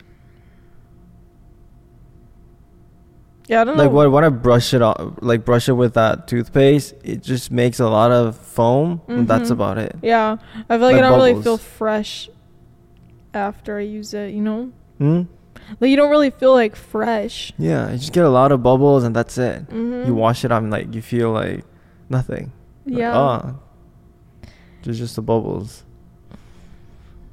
[SPEAKER 2] Yeah, I don't
[SPEAKER 1] like
[SPEAKER 2] know.
[SPEAKER 1] when, when I brush it off, like brush it with that toothpaste, it just makes a lot of foam. and that's
[SPEAKER 2] Mhm.
[SPEAKER 1] about it.
[SPEAKER 2] Yeah, I feel like, I
[SPEAKER 1] Like
[SPEAKER 2] don't really
[SPEAKER 1] bubbles.
[SPEAKER 2] feel fresh after I use it. You know,
[SPEAKER 1] Hmm?
[SPEAKER 2] like you don't really feel like fresh.
[SPEAKER 1] Yeah, you just get a lot of bubbles and that's it. You
[SPEAKER 2] Mhm.
[SPEAKER 1] wash it, I'm like, you feel like nothing. Like,
[SPEAKER 2] Yeah.
[SPEAKER 1] ah, there's just the bubbles.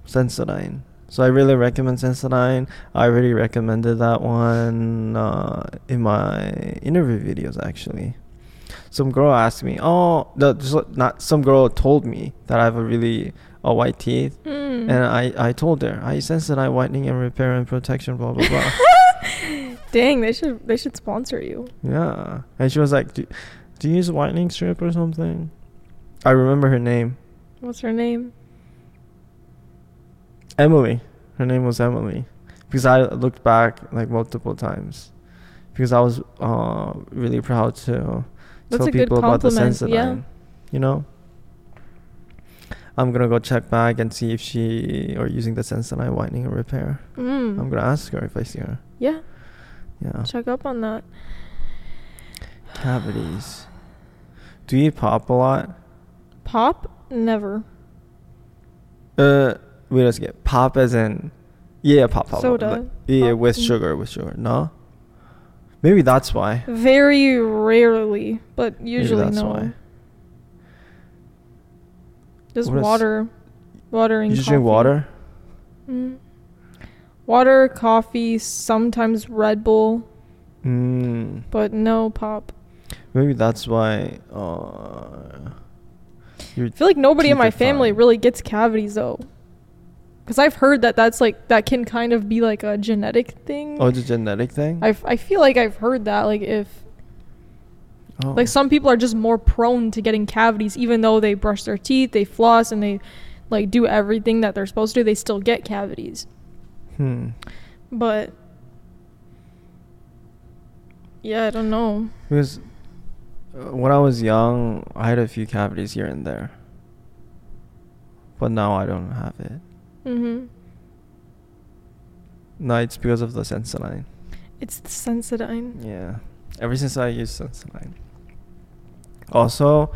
[SPEAKER 1] Sensodyne. So I really recommend Sensodyne. I already recommended that one uh, in my interview videos, actually. some girl asked me, "Oh, no, just like- not some girl told me that I have a really a white teeth."
[SPEAKER 2] Mm.
[SPEAKER 1] And I, I told her I sense that I whitening and repair and protection blah blah blah.
[SPEAKER 2] Dang, they should they should sponsor you.
[SPEAKER 1] yeah, and she was like, do, "Do you use whitening strip or something?" I remember her name,
[SPEAKER 2] What's her name?
[SPEAKER 1] Emily. Her name was Emily, because I looked back like multiple times, because I was uh really proud to
[SPEAKER 2] That's
[SPEAKER 1] tell
[SPEAKER 2] a good
[SPEAKER 1] people about the
[SPEAKER 2] compliment,
[SPEAKER 1] sense that
[SPEAKER 2] yeah.
[SPEAKER 1] I'm, you know. I'm gonna go check back and see if she or using the sense that I'm whitening or repair.
[SPEAKER 2] Mm.
[SPEAKER 1] I'm gonna ask her if I see her.
[SPEAKER 2] Yeah,
[SPEAKER 1] Yeah.
[SPEAKER 2] check up on that.
[SPEAKER 1] Cavities. Do you eat pop a lot?
[SPEAKER 2] Pop? Never.
[SPEAKER 1] Uh, wait a second. Pop as in, yeah, pop, pop.
[SPEAKER 2] Soda.
[SPEAKER 1] Like, yeah,
[SPEAKER 2] Pop.
[SPEAKER 1] with
[SPEAKER 2] Mm.
[SPEAKER 1] sugar, with sugar. No. Maybe that's why.
[SPEAKER 2] Very rarely, but
[SPEAKER 1] Maybe
[SPEAKER 2] Uh, usually
[SPEAKER 1] that's
[SPEAKER 2] no.
[SPEAKER 1] why.
[SPEAKER 2] Just
[SPEAKER 1] What is-
[SPEAKER 2] water, water and
[SPEAKER 1] You just
[SPEAKER 2] coffee.
[SPEAKER 1] drink water.
[SPEAKER 2] Mm. Water, coffee, sometimes Red Bull,
[SPEAKER 1] Mm.
[SPEAKER 2] but no pop.
[SPEAKER 1] Maybe that's why. Uh, your
[SPEAKER 2] I feel like nobody in
[SPEAKER 1] teeth
[SPEAKER 2] my
[SPEAKER 1] are
[SPEAKER 2] family
[SPEAKER 1] fine.
[SPEAKER 2] really gets cavities though. Because I've heard that that's like, that can kind of be like a genetic thing.
[SPEAKER 1] Oh, the genetic thing.
[SPEAKER 2] I've, I feel like I've heard that. Like, if,
[SPEAKER 1] oh.
[SPEAKER 2] like, some people are just more prone to getting cavities, even though they brush their teeth, they floss, and they like do everything that they're supposed to do, they still get cavities.
[SPEAKER 1] Hmm.
[SPEAKER 2] But, yeah, I don't know.
[SPEAKER 1] Because uh, when I was young, I had a few cavities here and there. But now I don't have it.
[SPEAKER 2] Mm-hmm.
[SPEAKER 1] No, it's because of the Sensodyne.
[SPEAKER 2] It's the Sensodyne.
[SPEAKER 1] Yeah. Ever since I used Sensodyne. Also,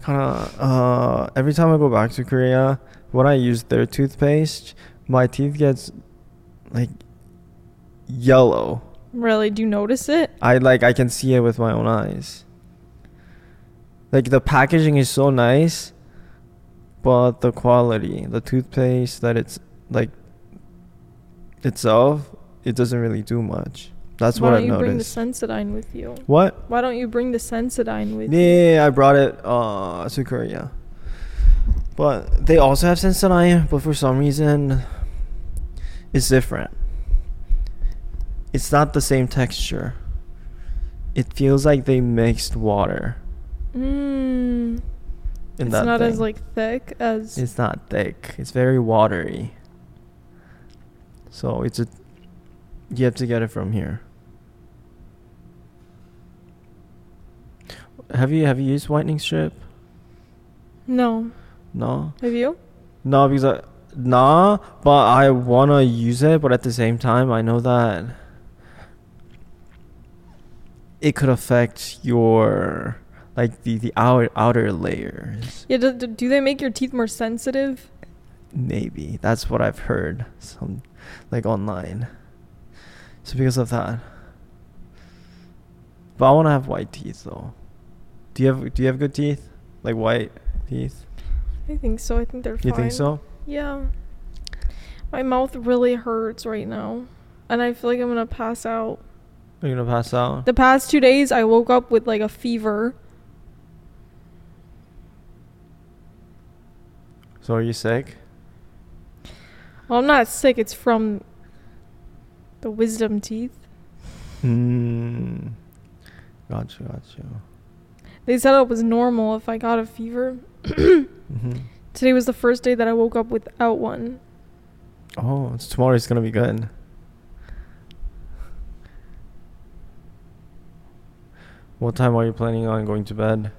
[SPEAKER 1] kind of, uh, every time I go back to Korea, when I use their toothpaste, my teeth gets like yellow.
[SPEAKER 2] Really, do you notice it?
[SPEAKER 1] I like I can see it with my own eyes. Like the packaging is so nice, but the quality, the toothpaste that it's like itself, it doesn't really do much. That's
[SPEAKER 2] Why
[SPEAKER 1] what
[SPEAKER 2] don't
[SPEAKER 1] I've
[SPEAKER 2] you
[SPEAKER 1] noticed.
[SPEAKER 2] bring the Sensodyne with you?
[SPEAKER 1] what?
[SPEAKER 2] Why don't you bring the Sensodyne with
[SPEAKER 1] Yeah, yeah, yeah, I brought it uh, to Korea. But they also have Sensodyne, but for some reason, it's different. It's not the same texture. It feels like they mixed water.
[SPEAKER 2] you? Mm.
[SPEAKER 1] In
[SPEAKER 2] Hmm. It's
[SPEAKER 1] that
[SPEAKER 2] not as
[SPEAKER 1] thing.
[SPEAKER 2] like thick as
[SPEAKER 1] It's not thick. It's very watery. So it's a. You have to get it from here. Have you have you used whitening strip?
[SPEAKER 2] No.
[SPEAKER 1] No.
[SPEAKER 2] Have you?
[SPEAKER 1] No, because I, nah, but I wanna use it, but at the same time, I know that it could affect your like the the outer outer layers.
[SPEAKER 2] Yeah. Do, do- do they make your teeth more sensitive?
[SPEAKER 1] Maybe that's what I've heard some like online. So because of that, but I wanna have white teeth though. Do you have do you have good teeth? Like white teeth?
[SPEAKER 2] I think so. I think they're fine.
[SPEAKER 1] You think so?
[SPEAKER 2] Yeah. My mouth really hurts right now, and I feel like I'm gonna pass out.
[SPEAKER 1] Are you gonna pass out?
[SPEAKER 2] The past two days, I woke up with like a fever.
[SPEAKER 1] so are you sick?
[SPEAKER 2] Well, I'm not sick. It's from the wisdom teeth.
[SPEAKER 1] Hmm. Gotcha, gotcha.
[SPEAKER 2] They said it was normal if I got a fever.
[SPEAKER 1] Mm-hmm.
[SPEAKER 2] Today was the first day that I woke up without one.
[SPEAKER 1] Oh, so tomorrow is gonna be good. What time are you planning on going to bed?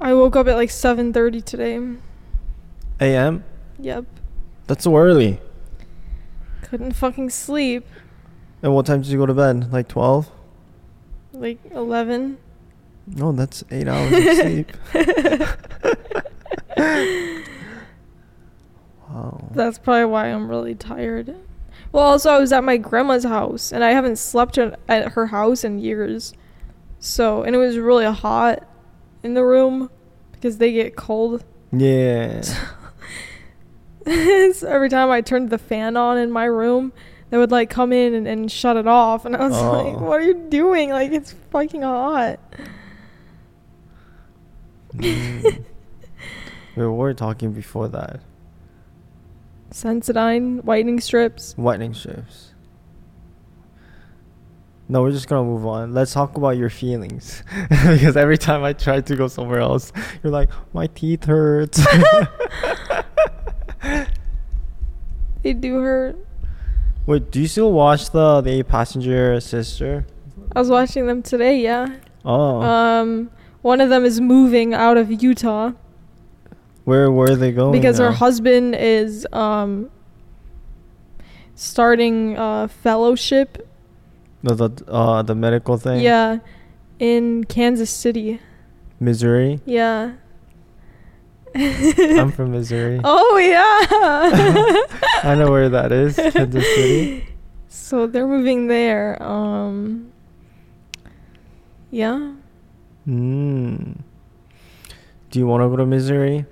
[SPEAKER 2] I woke up at like 7:30 today.
[SPEAKER 1] A.M.
[SPEAKER 2] Yep.
[SPEAKER 1] That's so early.
[SPEAKER 2] Couldn't fucking sleep.
[SPEAKER 1] And what time did you go to bed? Like twelve?
[SPEAKER 2] Like 11.
[SPEAKER 1] No, that's eight hours of sleep. wow.
[SPEAKER 2] That's probably why I'm really tired. Well, also I was at my grandma's house and I haven't slept at, at her house in years. So, and it was really hot in the room because they get cold.
[SPEAKER 1] yeah.
[SPEAKER 2] So every time I turned the fan on in my room, that would like come in and, and shut it off and i was like
[SPEAKER 1] Oh.
[SPEAKER 2] what are you doing like it's fucking hot
[SPEAKER 1] Mm. we were talking before that.
[SPEAKER 2] Sensodyne whitening strips.
[SPEAKER 1] Whitening strips. No, we're just gonna move on. Let's talk about your feelings. because every time I try to go somewhere else, you're like, my teeth hurt.
[SPEAKER 2] They do hurt.
[SPEAKER 1] Wait, do you still watch the the passenger sister?
[SPEAKER 2] I was watching them today, yeah.
[SPEAKER 1] Oh,
[SPEAKER 2] Um one of them is moving out of Utah
[SPEAKER 1] where were they going?
[SPEAKER 2] because her
[SPEAKER 1] now?
[SPEAKER 2] husband is um starting a fellowship.
[SPEAKER 1] the the, uh, the medical thing.
[SPEAKER 2] Yeah. In Kansas City.
[SPEAKER 1] Missouri.
[SPEAKER 2] Yeah.
[SPEAKER 1] I'm from Missouri.
[SPEAKER 2] Oh yeah.
[SPEAKER 1] I know where that is, Kansas City.
[SPEAKER 2] So they're moving there. Um Yeah.
[SPEAKER 1] Mm. Do you want to go to Missouri?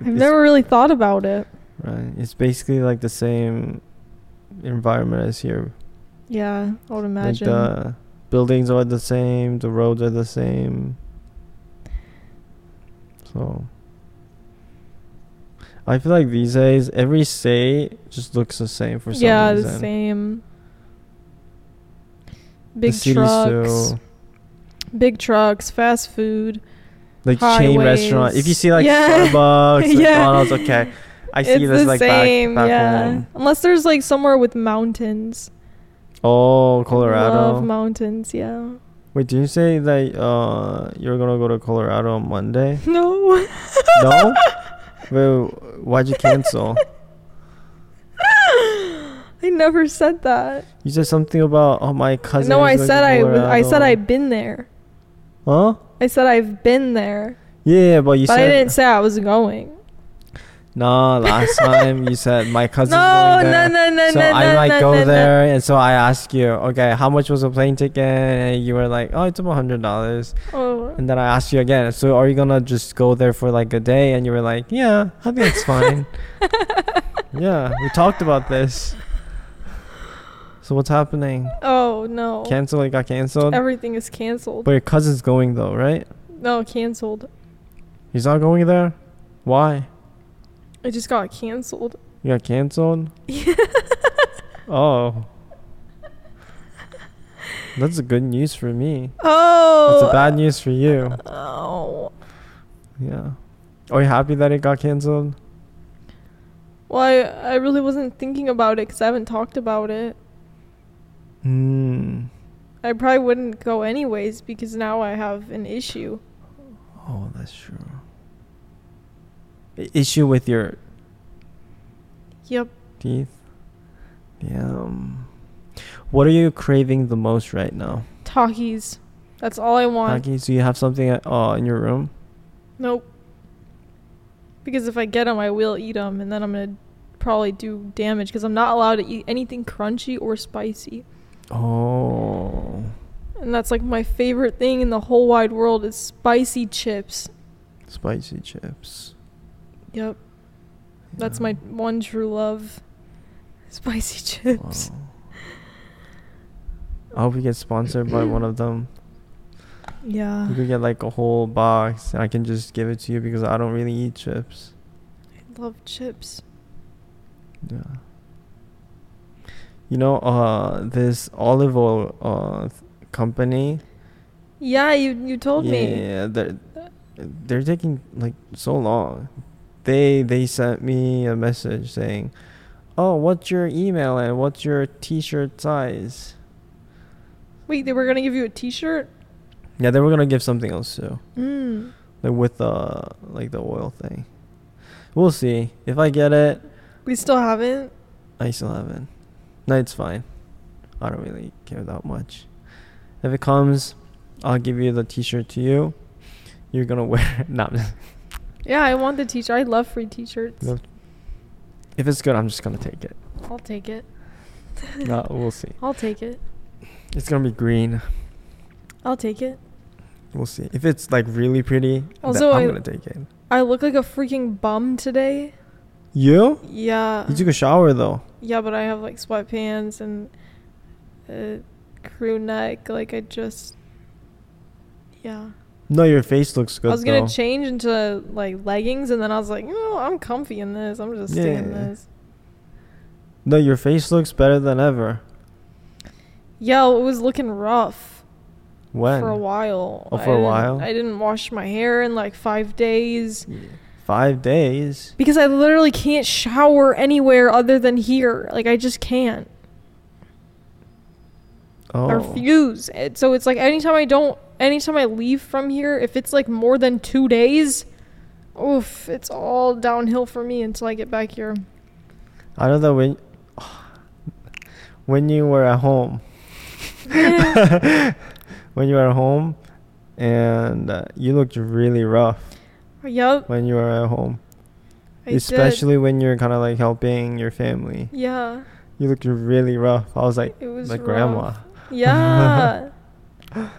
[SPEAKER 2] I've never really thought about it.
[SPEAKER 1] Right. It's basically like the same environment as here.
[SPEAKER 2] Yeah, I would imagine.
[SPEAKER 1] Like the buildings are the same, the roads are the same. So I feel like these days every state just looks the same for some
[SPEAKER 2] yeah,
[SPEAKER 1] reason.
[SPEAKER 2] the same. Big
[SPEAKER 1] city's
[SPEAKER 2] trucks,
[SPEAKER 1] so-
[SPEAKER 2] big trucks, fast food.
[SPEAKER 1] like chain restaurant. If you
[SPEAKER 2] highways.
[SPEAKER 1] see like
[SPEAKER 2] Yeah.
[SPEAKER 1] Starbucks,
[SPEAKER 2] Yeah.
[SPEAKER 1] McDonald's, okay. I see
[SPEAKER 2] it's
[SPEAKER 1] this
[SPEAKER 2] the
[SPEAKER 1] like
[SPEAKER 2] same,
[SPEAKER 1] back, back
[SPEAKER 2] yeah.
[SPEAKER 1] home.
[SPEAKER 2] Unless there's like somewhere with mountains.
[SPEAKER 1] Oh,
[SPEAKER 2] I Love
[SPEAKER 1] Colorado.
[SPEAKER 2] mountains, yeah.
[SPEAKER 1] Wait, did you say that uh you're gonna go to Colorado on Monday?
[SPEAKER 2] No.
[SPEAKER 1] No? Wait, why'd you cancel?
[SPEAKER 2] I never said that.
[SPEAKER 1] You said something about oh my cousin.
[SPEAKER 2] No, I said I was, I said I've been there.
[SPEAKER 1] Huh?
[SPEAKER 2] I said I've been there.
[SPEAKER 1] Yeah, yeah, but you
[SPEAKER 2] but
[SPEAKER 1] said
[SPEAKER 2] I didn't say I was going.
[SPEAKER 1] Nah, last time you said my cousin's
[SPEAKER 2] No,
[SPEAKER 1] going there.
[SPEAKER 2] no, no, no,
[SPEAKER 1] so
[SPEAKER 2] no,
[SPEAKER 1] I
[SPEAKER 2] no,
[SPEAKER 1] might
[SPEAKER 2] no,
[SPEAKER 1] go
[SPEAKER 2] no, no.
[SPEAKER 1] there, and so I asked you, okay, how much was a plane ticket? And you were like, oh, it's about hundred dollars.
[SPEAKER 2] Oh.
[SPEAKER 1] And then I asked you again, so are you gonna just go there for like a day? And you were like, yeah, I think it's fine. yeah, we talked about this. So what's happening?
[SPEAKER 2] Oh no.
[SPEAKER 1] Cancel? It got canceled.
[SPEAKER 2] Everything is canceled.
[SPEAKER 1] but your cousin's going though, right?
[SPEAKER 2] no, canceled.
[SPEAKER 1] He's not going there. Why?
[SPEAKER 2] It just got canceled.
[SPEAKER 1] You got canceled? oh. That's good news for me.
[SPEAKER 2] Oh.
[SPEAKER 1] That's a bad news for you.
[SPEAKER 2] Oh.
[SPEAKER 1] Yeah. Are you happy that it got canceled?
[SPEAKER 2] Well, I, I really wasn't thinking about it because I haven't talked about it.
[SPEAKER 1] Hmm.
[SPEAKER 2] I probably wouldn't go anyways because now I have an issue.
[SPEAKER 1] Oh, that's true. I- issue with your
[SPEAKER 2] Yep.
[SPEAKER 1] teeth? Damn. What are you craving the most right now?
[SPEAKER 2] Takis. That's all I want.
[SPEAKER 1] Haki, so you have something at, uh, in your room?
[SPEAKER 2] Nope. Because if I get them, I will eat them, and then I'm gonna probably do damage because I'm not allowed to eat anything crunchy or spicy.
[SPEAKER 1] Oh.
[SPEAKER 2] And that's like my favorite thing in the whole wide world is spicy chips.
[SPEAKER 1] Spicy chips.
[SPEAKER 2] Yep. That's
[SPEAKER 1] Yeah.
[SPEAKER 2] my one true love. Spicy chips.
[SPEAKER 1] Wow. I hope we get sponsored by one of them.
[SPEAKER 2] Yeah.
[SPEAKER 1] You could get like a whole box, and I can just give it to you because I don't really eat chips.
[SPEAKER 2] I love chips.
[SPEAKER 1] Yeah. You know, uh, this olive oil uh th- company.
[SPEAKER 2] Yeah, you you told
[SPEAKER 1] yeah,
[SPEAKER 2] me.
[SPEAKER 1] Yeah, they're they're taking like so long. They they sent me a message saying, "Oh, what's your email and what's your T-shirt size?"
[SPEAKER 2] Wait, they were gonna give you a T-shirt.
[SPEAKER 1] Yeah, they were gonna give something else too.
[SPEAKER 2] Mm.
[SPEAKER 1] like with uh like the oil thing. We'll see. If I get it,
[SPEAKER 2] We still haven't.
[SPEAKER 1] I still haven't. No, it's fine. I don't really care that much. If it comes, I'll give you the T-shirt to you. You're gonna wear it. Nah,
[SPEAKER 2] Yeah, I want the T-shirt. I love free T-shirts.
[SPEAKER 1] no. If it's good, I'm just gonna take it.
[SPEAKER 2] I'll take it. Uh,
[SPEAKER 1] No, we'll see.
[SPEAKER 2] I'll take it.
[SPEAKER 1] It's gonna be green.
[SPEAKER 2] I'll take it.
[SPEAKER 1] We'll see. If it's like really pretty, then
[SPEAKER 2] Also,
[SPEAKER 1] I'm
[SPEAKER 2] I-
[SPEAKER 1] gonna take it.
[SPEAKER 2] I look like a freaking bum today.
[SPEAKER 1] You?
[SPEAKER 2] Yeah.
[SPEAKER 1] You took a shower though.
[SPEAKER 2] Yeah, but I have like sweatpants and a crew neck. Like I just, yeah.
[SPEAKER 1] No, your face looks good.
[SPEAKER 2] I was gonna
[SPEAKER 1] though.
[SPEAKER 2] change into like leggings, and then I was like, no, I'm comfy in this. I'm just staying in
[SPEAKER 1] Yeah.
[SPEAKER 2] this.
[SPEAKER 1] No, your face looks better than ever.
[SPEAKER 2] Yo, it was looking rough
[SPEAKER 1] When?
[SPEAKER 2] for a while.
[SPEAKER 1] Oh,
[SPEAKER 2] I
[SPEAKER 1] for a
[SPEAKER 2] didn't-
[SPEAKER 1] while?
[SPEAKER 2] I didn't wash my hair in like five days
[SPEAKER 1] Five days.
[SPEAKER 2] because I literally can't shower anywhere other than here. Like I just can't.
[SPEAKER 1] Oh.
[SPEAKER 2] I refuse. It, so it's like anytime I don't, anytime I leave from here, if it's like more than two days, oof, it's all downhill for me until I get back here.
[SPEAKER 1] I know that when when you were at home, when you were at home, and uh, you looked really rough
[SPEAKER 2] Yup.
[SPEAKER 1] when you were at home,
[SPEAKER 2] I did.
[SPEAKER 1] especially when you're kind of like helping your family.
[SPEAKER 2] Yeah.
[SPEAKER 1] You looked really rough. I was like,
[SPEAKER 2] It was
[SPEAKER 1] like
[SPEAKER 2] rough.
[SPEAKER 1] grandma.
[SPEAKER 2] Yeah.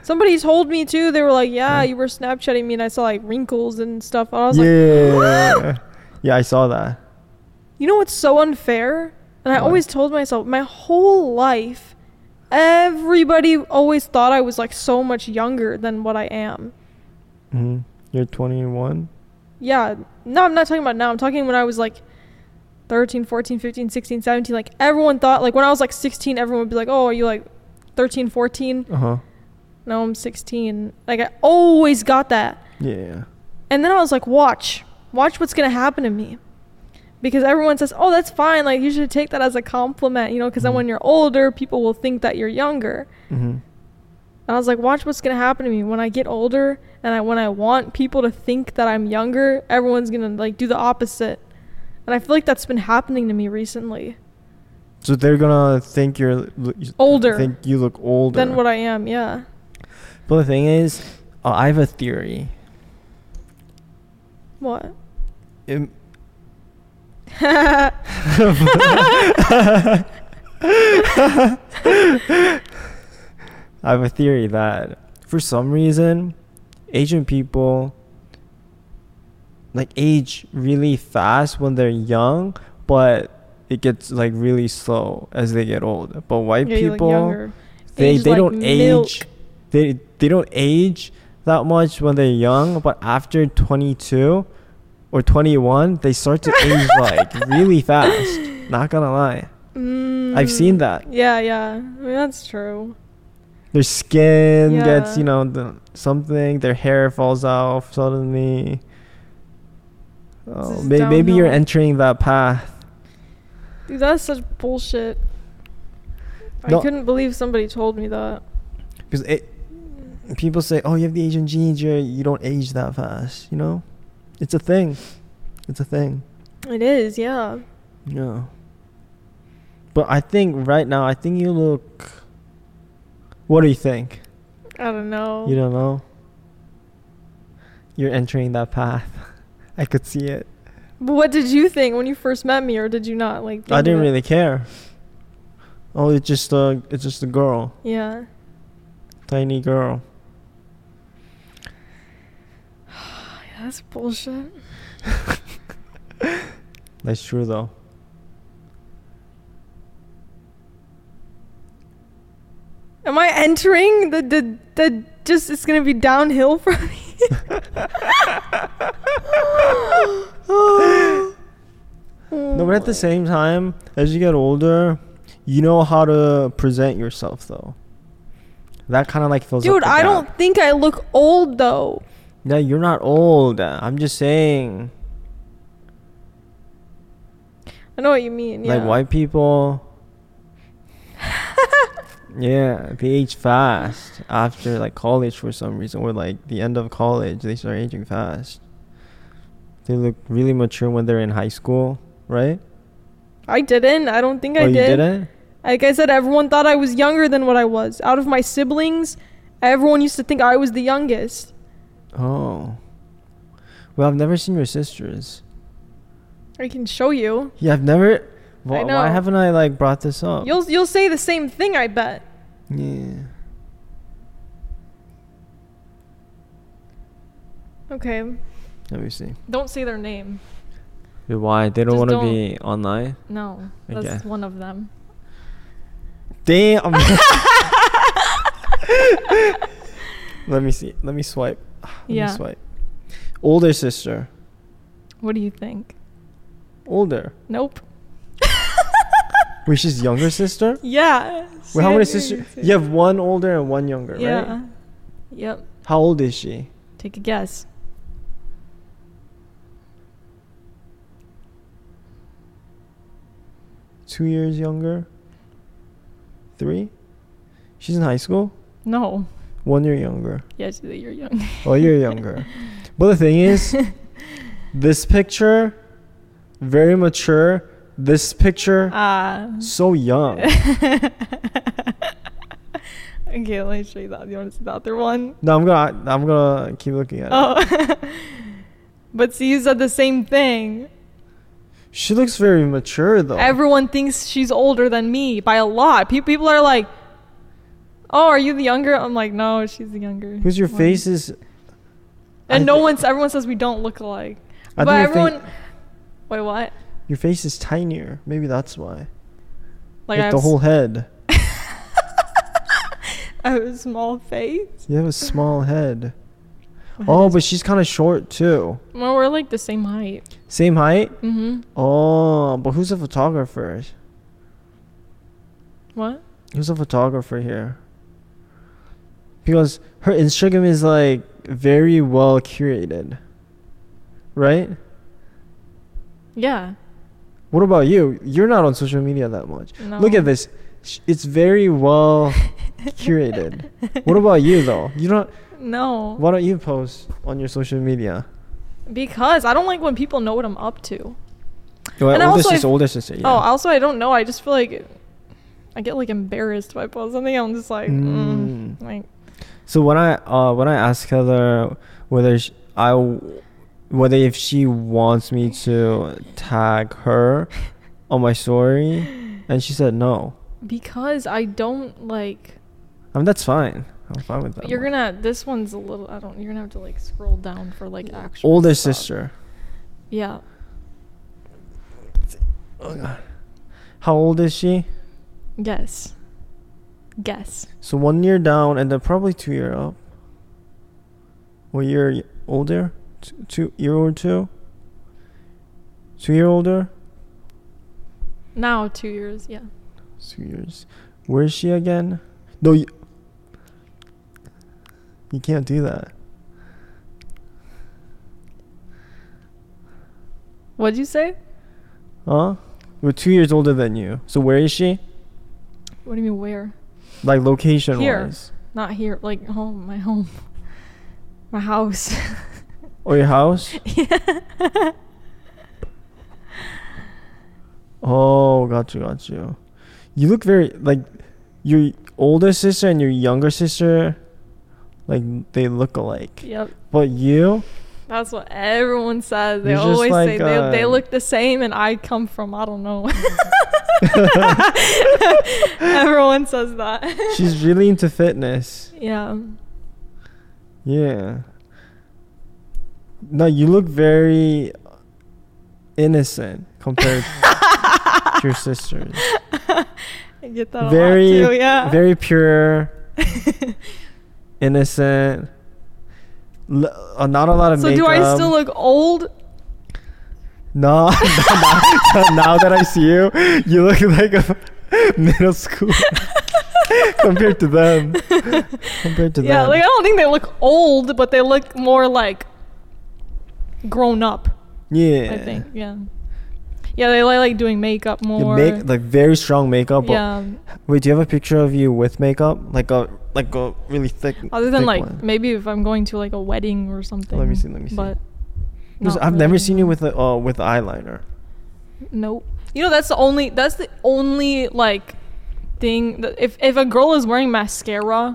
[SPEAKER 2] Somebody told me too. They were like, "Yeah,
[SPEAKER 1] Yeah.
[SPEAKER 2] you were Snapchatting me, and I saw like wrinkles and stuff." And I was
[SPEAKER 1] yeah,
[SPEAKER 2] like, "What?"
[SPEAKER 1] yeah, I saw that.
[SPEAKER 2] You know what's so unfair? And I
[SPEAKER 1] What?
[SPEAKER 2] always told myself my whole life, everybody always thought I was like so much younger than what I am.
[SPEAKER 1] hmm You're 21.
[SPEAKER 2] Yeah. No, I'm not talking about now. I'm talking when I was like 13, 14, 15, 16, 17. Like everyone thought, like when I was like 16, everyone would be like, oh, are you like 13, 14?
[SPEAKER 1] Uh huh.
[SPEAKER 2] No, I'm 16. Like I always got that.
[SPEAKER 1] Yeah.
[SPEAKER 2] And then I was like, watch, watch what's going to happen to me. Because everyone says, oh, that's fine. Like you should take that as a compliment, you know, because then
[SPEAKER 1] Mhm.
[SPEAKER 2] when you're older, people will think that you're younger.
[SPEAKER 1] hmm
[SPEAKER 2] And I was like, watch what's gonna happen to me when I get older, and I when I want people to think that I'm younger, everyone's gonna like do the opposite. And I feel like that's been happening to me recently.
[SPEAKER 1] So they're gonna think you're l- you
[SPEAKER 2] Older.
[SPEAKER 1] Think you look older
[SPEAKER 2] Than what I am, yeah.
[SPEAKER 1] But the thing is, uh, I have a theory.
[SPEAKER 2] What?
[SPEAKER 1] Im- I have a theory that for some reason, Asian people like age really fast when they're young, but it gets like really slow as they get old. But white
[SPEAKER 2] Yeah, you look
[SPEAKER 1] people,
[SPEAKER 2] younger.
[SPEAKER 1] they
[SPEAKER 2] Age
[SPEAKER 1] they
[SPEAKER 2] like
[SPEAKER 1] don't
[SPEAKER 2] milk.
[SPEAKER 1] age they they don't age that much when they're young but after 22 or 21 they start to age like really fast not gonna lie i've seen
[SPEAKER 2] Mm,
[SPEAKER 1] that
[SPEAKER 2] Yeah, yeah. I mean, that's true.
[SPEAKER 1] their skin gets
[SPEAKER 2] Yeah.
[SPEAKER 1] you know the, something their hair falls off suddenly oh,
[SPEAKER 2] is
[SPEAKER 1] may, maybe you're
[SPEAKER 2] downhill.
[SPEAKER 1] entering that path
[SPEAKER 2] Dude, that's such bullshit.
[SPEAKER 1] No.
[SPEAKER 2] I couldn't believe somebody told me that.
[SPEAKER 1] because it people say oh you have the asian genes you're, you don't age that fast you know it's a thing it's a thing
[SPEAKER 2] It is, yeah.
[SPEAKER 1] Yeah. But I think right now, I think you look. What do you think?
[SPEAKER 2] I don't know.
[SPEAKER 1] You don't know? You're entering that path. I could see it.
[SPEAKER 2] But what did you think when you first met me, or did you not like?
[SPEAKER 1] I didn't
[SPEAKER 2] think that-
[SPEAKER 1] really care. Oh, it's just a, it's just a girl,
[SPEAKER 2] Yeah.
[SPEAKER 1] tiny girl.
[SPEAKER 2] Yeah, That's bullshit.
[SPEAKER 1] That's true though.
[SPEAKER 2] Am I entering the the the just? It's gonna be downhill from me.
[SPEAKER 1] No, but at the same time, as you get older, you know how to present yourself though. That kind of like fills up
[SPEAKER 2] Dude,
[SPEAKER 1] the
[SPEAKER 2] I
[SPEAKER 1] gap.
[SPEAKER 2] don't think I look old though.
[SPEAKER 1] No, you're not old. I'm just saying,
[SPEAKER 2] I know what you mean. Yeah.
[SPEAKER 1] like white people. yeah, they age fast after like college for some reason, or like the end of college, they start aging fast. They look really mature when they're in high school, right?
[SPEAKER 2] I didn't. I don't think
[SPEAKER 1] oh,
[SPEAKER 2] I
[SPEAKER 1] you
[SPEAKER 2] did.
[SPEAKER 1] didn't?
[SPEAKER 2] Like I said, everyone thought I was younger than what I was. Out of my siblings, everyone used to think I was the youngest.
[SPEAKER 1] Oh. Well, I've never seen your sisters.
[SPEAKER 2] I can show you.
[SPEAKER 1] Yeah, I've never. Why,
[SPEAKER 2] I
[SPEAKER 1] why
[SPEAKER 2] know.
[SPEAKER 1] haven't I like brought this up?
[SPEAKER 2] You'll you'll say the same thing, I bet.
[SPEAKER 1] yeah.
[SPEAKER 2] Okay.
[SPEAKER 1] Let me see.
[SPEAKER 2] Don't say their name.
[SPEAKER 1] Wait, Why they don't
[SPEAKER 2] Just
[SPEAKER 1] want to
[SPEAKER 2] don't-
[SPEAKER 1] be online?
[SPEAKER 2] No,
[SPEAKER 1] Okay.
[SPEAKER 2] that's one of them.
[SPEAKER 1] Damn. let me see. Let me swipe. Let
[SPEAKER 2] Yeah.
[SPEAKER 1] Me swipe. Older sister.
[SPEAKER 2] What do you think?
[SPEAKER 1] Older.
[SPEAKER 2] Nope.
[SPEAKER 1] Wait, she's younger sister.
[SPEAKER 3] Yeah.
[SPEAKER 1] Wait, how
[SPEAKER 3] Yeah,
[SPEAKER 1] many
[SPEAKER 3] yeah,
[SPEAKER 1] sisters?
[SPEAKER 3] yeah.
[SPEAKER 1] You have one older and one younger,
[SPEAKER 2] Yeah.
[SPEAKER 1] right?
[SPEAKER 2] Yep.
[SPEAKER 1] How old is she?
[SPEAKER 2] Take a guess.
[SPEAKER 1] Two years younger. Three. She's in high school.
[SPEAKER 2] No.
[SPEAKER 1] One year younger.
[SPEAKER 2] Yes, you're young.
[SPEAKER 1] Oh, you're younger. But the thing is, this picture, very mature. This picture,
[SPEAKER 2] Ah.
[SPEAKER 1] so young.
[SPEAKER 2] okay, let me show you that. You want to see the other one?
[SPEAKER 1] No, I'm gonna I'm gonna keep looking at it.
[SPEAKER 2] Oh. but see, you said the same thing.
[SPEAKER 1] She looks very mature though.
[SPEAKER 2] Everyone thinks she's older than me by a lot. Pe- people are like, "Oh, are you the younger?" I'm like, "No, she's the younger."
[SPEAKER 1] Because your
[SPEAKER 2] one."
[SPEAKER 1] face is.
[SPEAKER 2] And
[SPEAKER 1] I
[SPEAKER 2] no
[SPEAKER 1] thi-
[SPEAKER 2] one's. Everyone says we don't look alike.
[SPEAKER 1] I
[SPEAKER 2] but
[SPEAKER 1] don't think-
[SPEAKER 2] everyone. Wait, what?
[SPEAKER 1] Your face is tinier. Maybe that's why.
[SPEAKER 2] Like,
[SPEAKER 1] Like,
[SPEAKER 2] I have
[SPEAKER 1] the
[SPEAKER 2] s-
[SPEAKER 1] whole head.
[SPEAKER 2] I have a small face.
[SPEAKER 1] You have a small head.
[SPEAKER 2] My head
[SPEAKER 1] Oh,
[SPEAKER 2] is-
[SPEAKER 1] but she's kind of short too.
[SPEAKER 2] Well, we're like the same height.
[SPEAKER 1] Same height.
[SPEAKER 2] Mm-hmm.
[SPEAKER 1] Oh, but who's a photographer?
[SPEAKER 2] What?
[SPEAKER 1] Who's a photographer here? Because her Instagram is like very well curated. Right?
[SPEAKER 2] Yeah.
[SPEAKER 1] What about you? You're not on social media that much. Look
[SPEAKER 2] No.
[SPEAKER 1] at this. Sh- It's very well curated. What about you though? You don't.
[SPEAKER 2] No.
[SPEAKER 1] Why don't you post on your social media?
[SPEAKER 2] Because I don't like when people know what I'm up to.
[SPEAKER 1] Well,
[SPEAKER 2] And
[SPEAKER 1] older
[SPEAKER 2] also
[SPEAKER 1] sister,
[SPEAKER 2] if-
[SPEAKER 1] older sister. Yeah.
[SPEAKER 2] Oh, also I don't know. I just feel like I get like embarrassed if I post something. I'm just like, mm.
[SPEAKER 1] Mm.
[SPEAKER 2] like
[SPEAKER 1] So when I uh, when I asked Heather whether sh I w- whether if she wants me to tag her on my story, and she said no.
[SPEAKER 2] because I don't like.
[SPEAKER 1] I mean that's fine. I'm fine with that.
[SPEAKER 2] You're gonna. This one's a little. I don't. You're gonna have to like scroll down for like actual.
[SPEAKER 1] older
[SPEAKER 2] stuff.
[SPEAKER 1] sister.
[SPEAKER 2] Yeah.
[SPEAKER 1] Oh God. How old is she?
[SPEAKER 2] Guess. Guess.
[SPEAKER 1] So one year down, and then probably two year up. Well, year y- older, T- two year or two. Two year older,
[SPEAKER 2] Now two years. Yeah.
[SPEAKER 1] two years. Where is she again? No, you, you can't do that.
[SPEAKER 2] What'd you say?
[SPEAKER 1] Huh? We're two years older than you. So where is she?
[SPEAKER 2] What do you mean where?
[SPEAKER 1] Like location
[SPEAKER 2] Here.
[SPEAKER 1] wise,
[SPEAKER 2] Not here. Like home. My home. My house.
[SPEAKER 1] or your house? Oh, got you, got you. You look very like your older sister and your younger sister, like they look alike.
[SPEAKER 2] yep.
[SPEAKER 1] But you,
[SPEAKER 2] That's what everyone says. They
[SPEAKER 1] You're just
[SPEAKER 2] always
[SPEAKER 1] like,
[SPEAKER 2] say they, they
[SPEAKER 1] uh,
[SPEAKER 2] look the same, and I come from I don't know. everyone says that.
[SPEAKER 1] she's really into fitness.
[SPEAKER 2] yeah.
[SPEAKER 1] Yeah. No, you look very innocent compared to your sisters.
[SPEAKER 2] I get that
[SPEAKER 1] very,
[SPEAKER 2] a lot too. Yeah.
[SPEAKER 1] very pure, innocent. L- uh, not a lot of
[SPEAKER 2] so
[SPEAKER 1] makeup.
[SPEAKER 2] do I still look old?
[SPEAKER 1] No, now, now that I see you, you look like a middle school compared to them. Compared to
[SPEAKER 2] Yeah.
[SPEAKER 1] them.
[SPEAKER 2] Like I don't think they look old, but they look more like grown up.
[SPEAKER 1] yeah.
[SPEAKER 2] I think. Yeah. Yeah, they like, like doing makeup
[SPEAKER 1] You
[SPEAKER 2] more.
[SPEAKER 1] make like very strong makeup. but-
[SPEAKER 2] yeah.
[SPEAKER 1] Wait, do you have a picture of you with makeup? Like a like a really thick.
[SPEAKER 2] Other than
[SPEAKER 1] thick
[SPEAKER 2] like
[SPEAKER 1] one.
[SPEAKER 2] maybe if I'm going to like a wedding or something.
[SPEAKER 1] see, let me see.
[SPEAKER 2] But
[SPEAKER 1] Because
[SPEAKER 2] not
[SPEAKER 1] I've never
[SPEAKER 2] really.
[SPEAKER 1] seen you with a, uh, with eyeliner.
[SPEAKER 2] Nope. You know that's the only that's the only like thing that if if a girl is wearing mascara.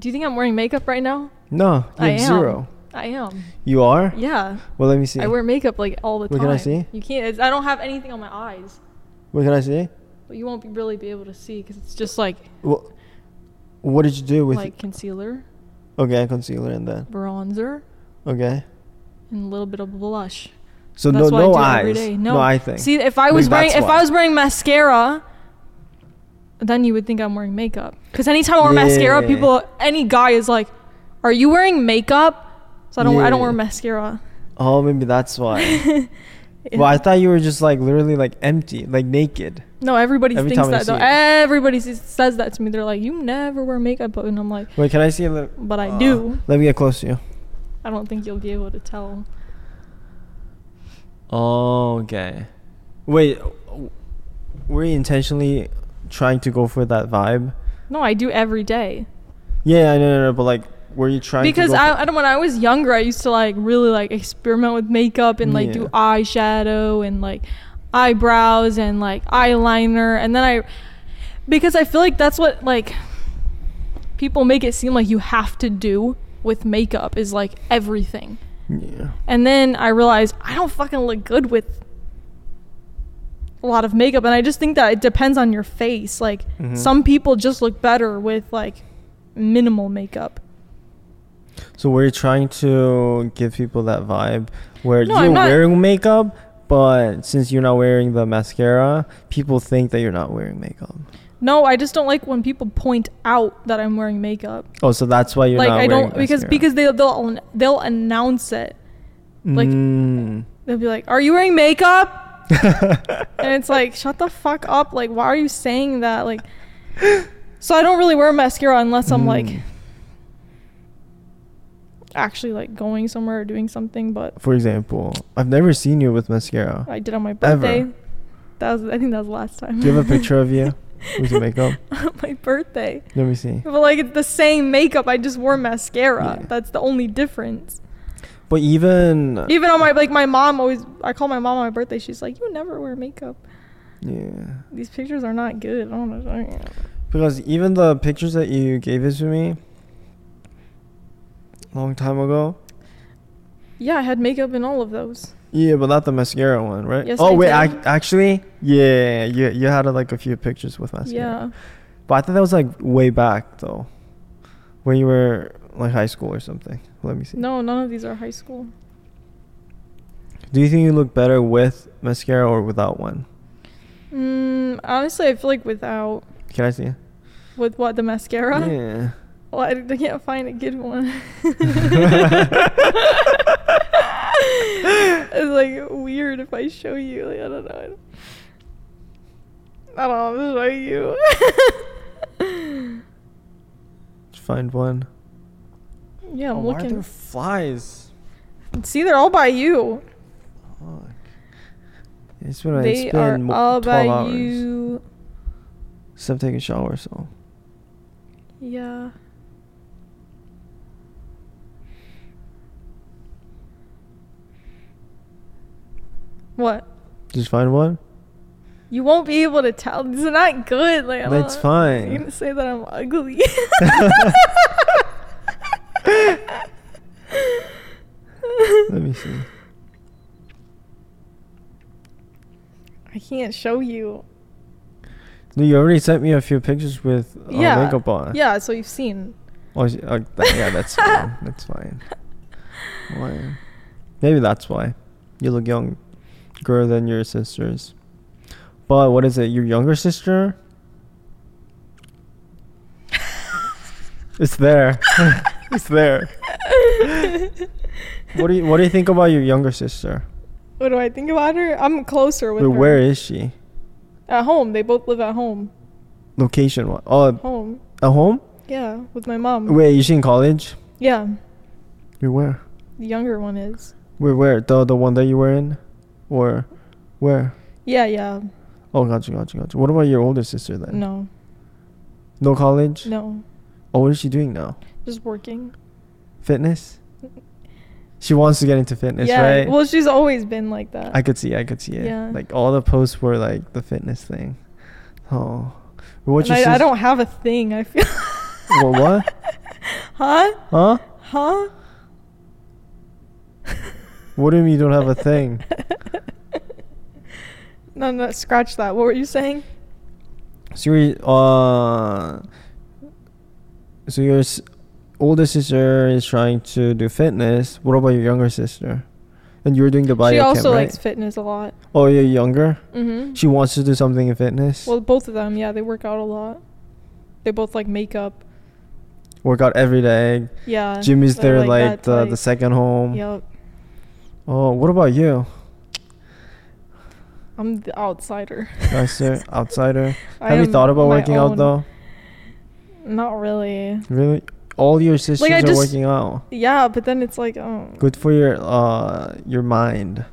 [SPEAKER 2] Do you think I'm wearing makeup right now?
[SPEAKER 1] No, you
[SPEAKER 2] I
[SPEAKER 1] have
[SPEAKER 2] am.
[SPEAKER 1] zero.
[SPEAKER 2] I am.
[SPEAKER 1] You are.
[SPEAKER 2] Yeah.
[SPEAKER 1] Well, let me see.
[SPEAKER 2] I wear makeup like all the
[SPEAKER 1] Wait,
[SPEAKER 2] time.
[SPEAKER 1] can I see?
[SPEAKER 2] You can't. It's, I don't have anything on my eyes.
[SPEAKER 1] What can I see?
[SPEAKER 2] But you won't be, really be able to see because it's just like
[SPEAKER 1] Well, what did you do with?
[SPEAKER 2] like concealer,
[SPEAKER 1] okay, concealer and then.
[SPEAKER 2] bronzer,
[SPEAKER 1] Okay.
[SPEAKER 2] and a little bit of blush.
[SPEAKER 1] So
[SPEAKER 2] That's
[SPEAKER 1] no,
[SPEAKER 2] what
[SPEAKER 1] no
[SPEAKER 2] I do every
[SPEAKER 1] eyes,
[SPEAKER 2] day.
[SPEAKER 1] no. eye thing.
[SPEAKER 2] See, if I
[SPEAKER 1] Maybe
[SPEAKER 2] was wearing
[SPEAKER 1] that's
[SPEAKER 2] if
[SPEAKER 1] why.
[SPEAKER 2] I was wearing mascara, then you would think I'm wearing makeup. Because anytime I wear mascara,
[SPEAKER 1] Yeah.
[SPEAKER 2] people, any guy is like, "Are you wearing makeup?" So I don't, I don't
[SPEAKER 1] Yeah.
[SPEAKER 2] wear mascara.
[SPEAKER 1] oh, maybe that's why. Well, I thought you were just like literally like empty, like naked.
[SPEAKER 2] No, everybody
[SPEAKER 1] Every
[SPEAKER 2] thinks
[SPEAKER 1] time I
[SPEAKER 2] that though.
[SPEAKER 1] see it.
[SPEAKER 2] Everybody s- says that to me. They're like, "You never wear makeup," and I'm like,
[SPEAKER 1] Wait, can I see a little? Uh,
[SPEAKER 2] But I do.
[SPEAKER 1] Let me get close to you.
[SPEAKER 2] "I don't think you'll be able to tell."
[SPEAKER 1] Oh, okay. Wait, w- were you intentionally trying to go for that vibe?
[SPEAKER 2] No, I do every day.
[SPEAKER 1] Yeah, I know, no, no, but like, were you trying
[SPEAKER 2] because
[SPEAKER 1] to go
[SPEAKER 2] I, I don't when I was younger I used to like really like experiment with makeup and like do
[SPEAKER 1] Yeah.
[SPEAKER 2] eyeshadow and like eyebrows and like eyeliner and then I because I feel like that's what like people make it seem like you have to do with makeup is like everything.
[SPEAKER 1] Yeah.
[SPEAKER 2] And then I realized I don't fucking look good with a lot of makeup. And I just think that it depends on your face. Like,
[SPEAKER 1] Mhm.
[SPEAKER 2] some people just look better with like minimal makeup.
[SPEAKER 1] So were you trying to give people that vibe where
[SPEAKER 2] No,
[SPEAKER 1] you're
[SPEAKER 2] I'm not-
[SPEAKER 1] wearing makeup, but since you're not wearing the mascara, people think that you're not wearing makeup.
[SPEAKER 2] No, I just don't like when people point out that I'm wearing makeup.
[SPEAKER 1] Oh, so that's why you're
[SPEAKER 2] like,
[SPEAKER 1] not
[SPEAKER 2] I
[SPEAKER 1] wearing
[SPEAKER 2] don't, because,
[SPEAKER 1] mascara.
[SPEAKER 2] because they, they'll, they'll announce it. like-
[SPEAKER 1] Mm.
[SPEAKER 2] They'll be like, Are you wearing makeup? and it's like, Shut the fuck up. Like, why are you saying that? Like, so I don't really wear mascara unless I'm like
[SPEAKER 1] Mm.
[SPEAKER 2] actually like going somewhere or doing something, but
[SPEAKER 1] for example, I've never seen you with mascara.
[SPEAKER 2] I did on my
[SPEAKER 1] Ever.
[SPEAKER 2] birthday. That was I think that was the last time.
[SPEAKER 1] Do you have a picture of you with your makeup?
[SPEAKER 2] on my birthday.
[SPEAKER 1] Let me see.
[SPEAKER 2] But like it's the same makeup. I just wore mascara.
[SPEAKER 1] Yeah.
[SPEAKER 2] That's the only difference.
[SPEAKER 1] But even
[SPEAKER 2] Even on my like my mom always I call my mom on my birthday. She's like, "You never wear makeup.
[SPEAKER 1] yeah,
[SPEAKER 2] These pictures are not good." I don't know.
[SPEAKER 1] because even the pictures that you gave it to me long time ago.
[SPEAKER 2] Yeah, I had makeup in all of those.
[SPEAKER 1] Yeah, but not the mascara one, right?
[SPEAKER 2] Yes,
[SPEAKER 1] oh
[SPEAKER 2] I
[SPEAKER 1] wait,
[SPEAKER 2] did.
[SPEAKER 1] ac- actually, yeah, you you had uh, like a few pictures with mascara.
[SPEAKER 2] Yeah.
[SPEAKER 1] But I think that was like way back though, when you were like high school or something. Let me see.
[SPEAKER 2] No, none of these are high school.
[SPEAKER 1] Do you think you look better with mascara or without one?
[SPEAKER 2] Mm, honestly, I feel like without
[SPEAKER 1] Can I see? it?
[SPEAKER 2] with what the mascara.
[SPEAKER 1] Yeah.
[SPEAKER 2] Well, I I can't find a good one. it's like weird if I show you. Like, I don't know. I don't, I don't know how to show you.
[SPEAKER 1] Find one.
[SPEAKER 2] yeah, I'm
[SPEAKER 1] Oh, Why are
[SPEAKER 2] looking.
[SPEAKER 1] there flies?
[SPEAKER 2] See, they're all by you.
[SPEAKER 1] Fuck. It's been, it's
[SPEAKER 2] they
[SPEAKER 1] been
[SPEAKER 2] are
[SPEAKER 1] mo-
[SPEAKER 2] all
[SPEAKER 1] 12
[SPEAKER 2] by
[SPEAKER 1] hours.
[SPEAKER 2] you.
[SPEAKER 1] So I'm taking a shower, so.
[SPEAKER 2] Yeah. What?
[SPEAKER 1] Just find one?
[SPEAKER 2] You won't be able to tell. These are not good. Like I don't-
[SPEAKER 1] That's fine.
[SPEAKER 2] You're gonna say that I'm ugly.
[SPEAKER 1] Let me see.
[SPEAKER 2] I can't show you.
[SPEAKER 1] No, you already sent me a few pictures with uh,
[SPEAKER 2] yeah.
[SPEAKER 1] makeup on.
[SPEAKER 2] Yeah, so you've seen.
[SPEAKER 1] Oh, is- oh, that- yeah, that's fine. That's fine. Why? Maybe that's why. You look young, younger than your sisters. But what is it? Your younger sister? It's there. it's there. What do you What do you think about your younger sister?
[SPEAKER 2] What do I think about her? I'm closer with
[SPEAKER 1] Wait,
[SPEAKER 2] her.
[SPEAKER 1] where is she?
[SPEAKER 2] At home. They both live at home.
[SPEAKER 1] Location? What? Oh,
[SPEAKER 2] Home.
[SPEAKER 1] at home?
[SPEAKER 2] Yeah, with my mom.
[SPEAKER 1] Wait, is she in college?
[SPEAKER 2] Yeah,
[SPEAKER 1] You where?
[SPEAKER 2] the younger one is.
[SPEAKER 1] Wait, where? The the one that you were in, or where?
[SPEAKER 2] Yeah, yeah.
[SPEAKER 1] Oh, gotcha, gotcha, gotcha. What about your older sister then?
[SPEAKER 2] No,
[SPEAKER 1] No college?
[SPEAKER 2] no.
[SPEAKER 1] Oh, what is she doing now?
[SPEAKER 2] Just working.
[SPEAKER 1] Fitness? She wants to get into fitness,
[SPEAKER 2] yeah.
[SPEAKER 1] right?
[SPEAKER 2] Well, she's always been like that.
[SPEAKER 1] I could see, I could see it.
[SPEAKER 2] Yeah.
[SPEAKER 1] Like all the posts were like the fitness thing. Oh, what's
[SPEAKER 2] And
[SPEAKER 1] your
[SPEAKER 2] I, I
[SPEAKER 1] sis-
[SPEAKER 2] don't have a thing. I feel.
[SPEAKER 1] Wha- what?
[SPEAKER 2] Huh?
[SPEAKER 1] Huh?
[SPEAKER 2] Huh?
[SPEAKER 1] What do you mean you don't have a thing?
[SPEAKER 2] No, no. Scratch that. What were you saying?
[SPEAKER 1] So you uh, so your s- older sister is trying to do fitness. What about your younger sister? And you were doing the body
[SPEAKER 2] she
[SPEAKER 1] cam,
[SPEAKER 2] also
[SPEAKER 1] right?
[SPEAKER 2] likes fitness a lot.
[SPEAKER 1] oh, you're younger.
[SPEAKER 2] Mm-hmm.
[SPEAKER 1] She wants to do something in fitness.
[SPEAKER 2] well, both of them, yeah, they work out a lot. They both like makeup.
[SPEAKER 1] Work out every day.
[SPEAKER 2] Yeah.
[SPEAKER 1] Jimmy's
[SPEAKER 2] they're
[SPEAKER 1] there like
[SPEAKER 2] that
[SPEAKER 1] the, the
[SPEAKER 2] type.
[SPEAKER 1] second home.
[SPEAKER 2] Yep.
[SPEAKER 1] Oh, what about you?
[SPEAKER 2] I'm the outsider.
[SPEAKER 1] Nicer outsider.
[SPEAKER 2] I
[SPEAKER 1] Have you
[SPEAKER 2] am
[SPEAKER 1] thought about
[SPEAKER 2] my
[SPEAKER 1] working out
[SPEAKER 2] own-
[SPEAKER 1] though?
[SPEAKER 2] Not really.
[SPEAKER 1] Really? All your sisters are
[SPEAKER 2] just-
[SPEAKER 1] working out.
[SPEAKER 2] Yeah, but then it's like, um,
[SPEAKER 1] Good for your uh your mind.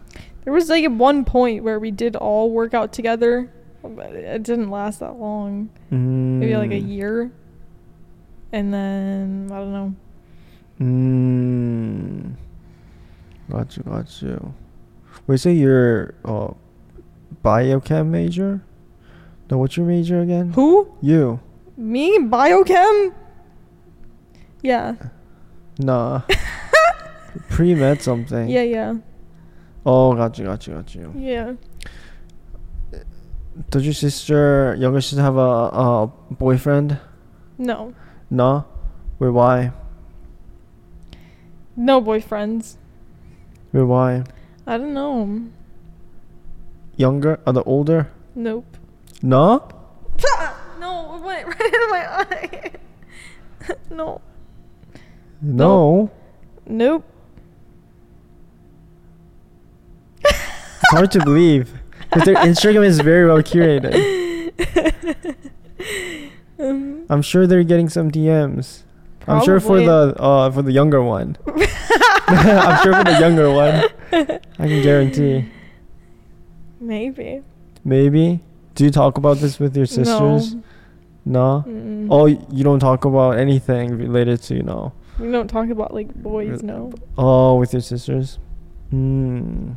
[SPEAKER 2] There was like one point where we did all work out together, but it didn't last that long. Maybe like a
[SPEAKER 1] Mm.
[SPEAKER 2] year. And then I don't know.
[SPEAKER 1] Mm. Got you, got you. Wait, so you're uh, biochem major? No, what's your major again?
[SPEAKER 2] Who?
[SPEAKER 1] You.
[SPEAKER 2] Me? Biochem? Yeah.
[SPEAKER 1] Nah. Pre med something.
[SPEAKER 2] Yeah, yeah.
[SPEAKER 1] Oh, got you, got you, got you.
[SPEAKER 2] Yeah.
[SPEAKER 1] Does your sister, younger sister, have a, a boyfriend?
[SPEAKER 2] No.
[SPEAKER 1] No. Wait, why?
[SPEAKER 2] No boyfriends.
[SPEAKER 1] Wait, why?
[SPEAKER 2] I don't know.
[SPEAKER 1] Younger? Or the older?
[SPEAKER 2] Nope.
[SPEAKER 1] No.
[SPEAKER 2] no, it went right into my eye. no.
[SPEAKER 1] No.
[SPEAKER 2] Nope.
[SPEAKER 1] It's hard to believe. 'Cause their Instagram is very well curated.
[SPEAKER 2] Um,
[SPEAKER 1] I'm sure they're getting some DMs. I'm sure for
[SPEAKER 2] probably.
[SPEAKER 1] the uh for the younger one. I'm sure for the younger one. I can guarantee.
[SPEAKER 2] Maybe.
[SPEAKER 1] Maybe. Do you talk about this with your sisters?
[SPEAKER 2] No.
[SPEAKER 1] No.
[SPEAKER 2] Mm-mm.
[SPEAKER 1] Oh, y- you don't talk about anything related to you know.
[SPEAKER 2] We don't talk about like boys, no.
[SPEAKER 1] Oh, with your sisters. Hmm.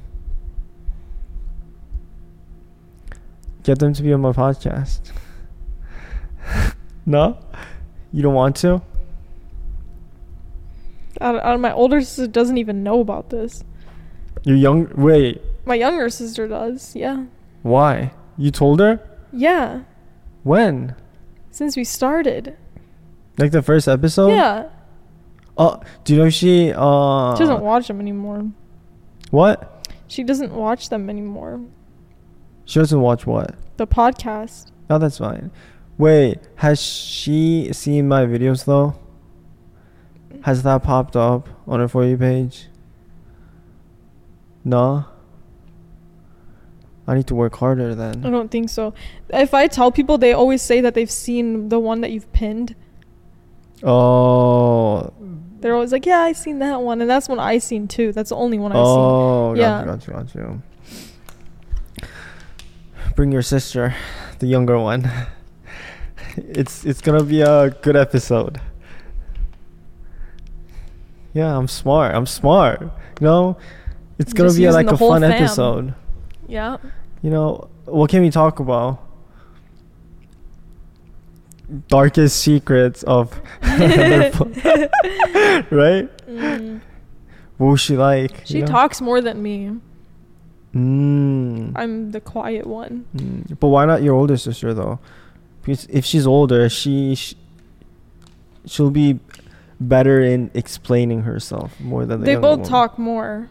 [SPEAKER 1] Get them to be on my podcast. no, you don't want to.
[SPEAKER 2] I don't- I don't- my older sister doesn't even know about this.
[SPEAKER 1] You're young. Wait,
[SPEAKER 2] My younger sister does, yeah.
[SPEAKER 1] why? You told her
[SPEAKER 2] Yeah.
[SPEAKER 1] when?
[SPEAKER 2] Since we started.
[SPEAKER 1] Like the first episode?
[SPEAKER 2] yeah.
[SPEAKER 1] Oh, do you know she? Uh,
[SPEAKER 2] She doesn't watch them anymore.
[SPEAKER 1] What?
[SPEAKER 2] She doesn't watch them anymore.
[SPEAKER 1] She doesn't watch what?
[SPEAKER 2] The podcast.
[SPEAKER 1] No, that's fine. Wait, has she seen my videos though? Has that popped up on her For You page? No? I need to work harder then.
[SPEAKER 2] I don't think so. If I tell people, they always say that they've seen the one that you've pinned.
[SPEAKER 1] Oh.
[SPEAKER 2] They're always like, "Yeah, I seen that one," and that's one I seen too. That's the only one I
[SPEAKER 1] Oh,
[SPEAKER 2] seen.
[SPEAKER 1] got you, got you, got you. Bring your sister, the younger one. It's it's gonna be a good episode. Yeah, I'm smart. I'm smart. You know, it's gonna
[SPEAKER 4] Just
[SPEAKER 1] be
[SPEAKER 4] using
[SPEAKER 1] like
[SPEAKER 4] the
[SPEAKER 1] a
[SPEAKER 4] whole
[SPEAKER 1] fun
[SPEAKER 4] fam.
[SPEAKER 1] episode.
[SPEAKER 4] Yeah.
[SPEAKER 1] You know, what can we talk about? Darkest secrets of their po- right?
[SPEAKER 2] Mm.
[SPEAKER 1] What was she like?
[SPEAKER 4] She
[SPEAKER 1] you know?
[SPEAKER 4] talks more than me.
[SPEAKER 1] Mm.
[SPEAKER 2] I'm the quiet one.
[SPEAKER 1] Mm, But why not your older sister though? Because if she's older, she, sh she'll be better in explaining herself more than the
[SPEAKER 2] they
[SPEAKER 1] younger
[SPEAKER 2] both
[SPEAKER 1] one.
[SPEAKER 2] talk more.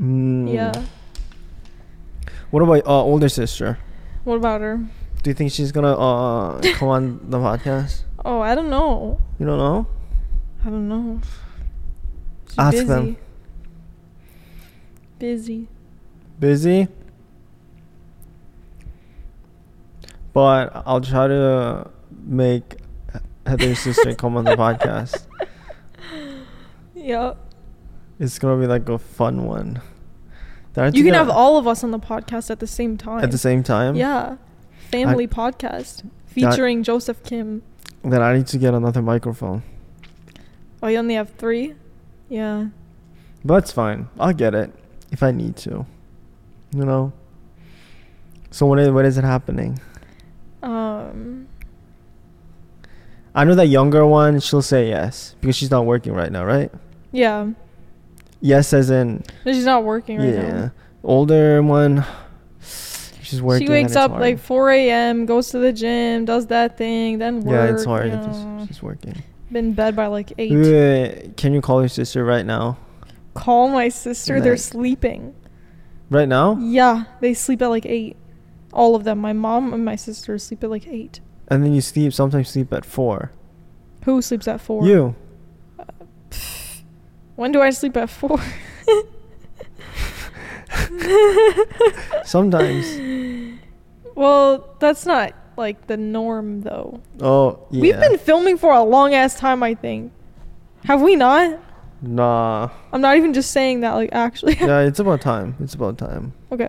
[SPEAKER 1] Mm.
[SPEAKER 2] Yeah.
[SPEAKER 1] What about uh, older sister?
[SPEAKER 2] What about her?
[SPEAKER 1] Do you think she's gonna uh come on the podcast?
[SPEAKER 2] Oh, I don't know.
[SPEAKER 1] You don't know?
[SPEAKER 2] I don't know. She's
[SPEAKER 1] Ask them.
[SPEAKER 2] Busy.
[SPEAKER 1] Busy. But I'll try to make Heather's sister come on the podcast.
[SPEAKER 2] Yep.
[SPEAKER 1] It's gonna be like a fun one. I
[SPEAKER 2] you
[SPEAKER 1] think
[SPEAKER 2] can
[SPEAKER 1] I-
[SPEAKER 2] have all of us on the podcast at the same time.
[SPEAKER 1] at the same time.
[SPEAKER 2] Yeah. Family podcast featuring Joseph Kim.
[SPEAKER 1] Then I need to get another microphone.
[SPEAKER 2] Oh, you only have three? Yeah.
[SPEAKER 1] But that's fine. I'll get it if I need to. You know. So when it, when is it happening?
[SPEAKER 2] Um.
[SPEAKER 1] I know that younger one. She'll say yes because she's not working right now, right?
[SPEAKER 2] Yeah.
[SPEAKER 1] Yes, as in
[SPEAKER 2] No, She's not working right
[SPEAKER 1] yeah.
[SPEAKER 2] now.
[SPEAKER 1] Older one. She's working. and
[SPEAKER 2] she wakes
[SPEAKER 1] it's
[SPEAKER 2] up
[SPEAKER 1] hard.
[SPEAKER 2] like 4 a.m., goes to the gym, does that thing, then work.
[SPEAKER 1] yeah, it's hard.
[SPEAKER 2] you
[SPEAKER 1] if it's-
[SPEAKER 2] know.
[SPEAKER 1] she's working.
[SPEAKER 2] Been in bed by like 8.
[SPEAKER 1] Wait, wait, wait. Can you call your sister right now?
[SPEAKER 2] call my sister. They're
[SPEAKER 1] Nice.
[SPEAKER 2] sleeping.
[SPEAKER 1] Right now?
[SPEAKER 2] Yeah, they sleep at like eight. All of them. My mom and my sister sleep at like eight.
[SPEAKER 1] And then you sleep, sometimes sleep at four.
[SPEAKER 2] Who sleeps at four?
[SPEAKER 1] You.
[SPEAKER 2] When do I sleep at four?
[SPEAKER 1] Sometimes.
[SPEAKER 2] Well, that's not like the norm though.
[SPEAKER 1] Oh, yeah.
[SPEAKER 2] We've been filming for a long ass time, I think. Have we not?
[SPEAKER 1] Nah.
[SPEAKER 2] I'm not even just saying that, like actually.
[SPEAKER 1] yeah, it's about time. It's about time.
[SPEAKER 2] okay.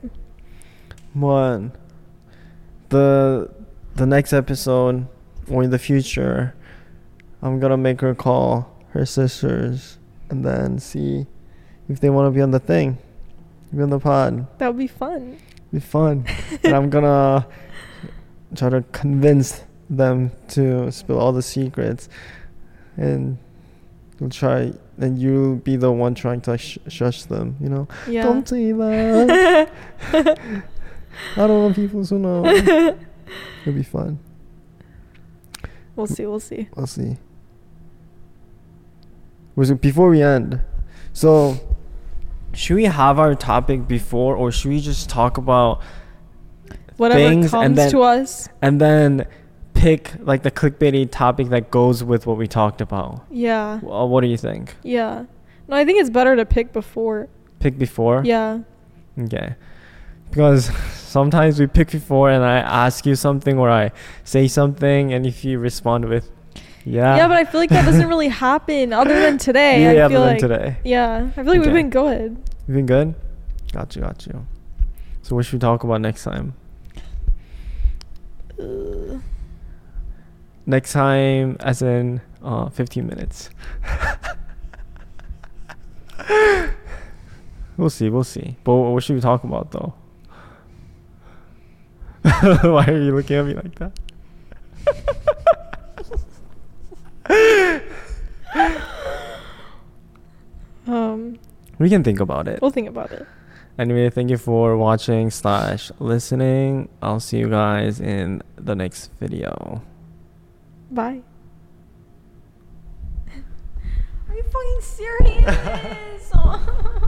[SPEAKER 1] One. The the next episode or in the future, I'm gonna make her call her sisters and then see if they wanna be on the thing. Be on the pod.
[SPEAKER 2] That would be fun.
[SPEAKER 1] Be fun. and I'm gonna try to convince them to spill all the secrets and we'll try and you'll be the one trying to like sh- shush them, you know?
[SPEAKER 2] Yeah.
[SPEAKER 1] Don't say that. I don't want people to know. It'll be fun.
[SPEAKER 2] We'll see, we'll see.
[SPEAKER 1] We'll see. Was it before we end? So, should we have our topic before, or should we just talk about
[SPEAKER 2] Whatever
[SPEAKER 1] Things and
[SPEAKER 2] comes
[SPEAKER 1] then-
[SPEAKER 2] to us.
[SPEAKER 1] and then pick like the clickbaity topic that goes with what we talked about?
[SPEAKER 2] Yeah.
[SPEAKER 1] Well, what do you think?
[SPEAKER 2] Yeah. No, I think it's better to pick before.
[SPEAKER 1] Pick before.
[SPEAKER 2] Yeah.
[SPEAKER 1] Okay. Because sometimes we pick before, and I ask you something or I say something, and if you respond with, yeah.
[SPEAKER 2] Yeah. but I feel like that doesn't really happen other than today.
[SPEAKER 1] Yeah,
[SPEAKER 2] I feel
[SPEAKER 1] other than
[SPEAKER 2] like,
[SPEAKER 1] today.
[SPEAKER 2] Yeah. I feel like we've
[SPEAKER 1] Okay.
[SPEAKER 2] been good.
[SPEAKER 1] You been good? Got you, got you. So what should we talk about next time?
[SPEAKER 2] Ugh.
[SPEAKER 1] Next time, as in uh, 15 minutes. we'll see, we'll see. But wh- what should we talk about though? Why are you looking at me like that?
[SPEAKER 2] Um,
[SPEAKER 1] We can think about it.
[SPEAKER 2] we'll think about it.
[SPEAKER 1] Anyway, thank you for watching slash listening. I'll see you guys in the next video.
[SPEAKER 2] Bye.
[SPEAKER 4] Are you fucking serious?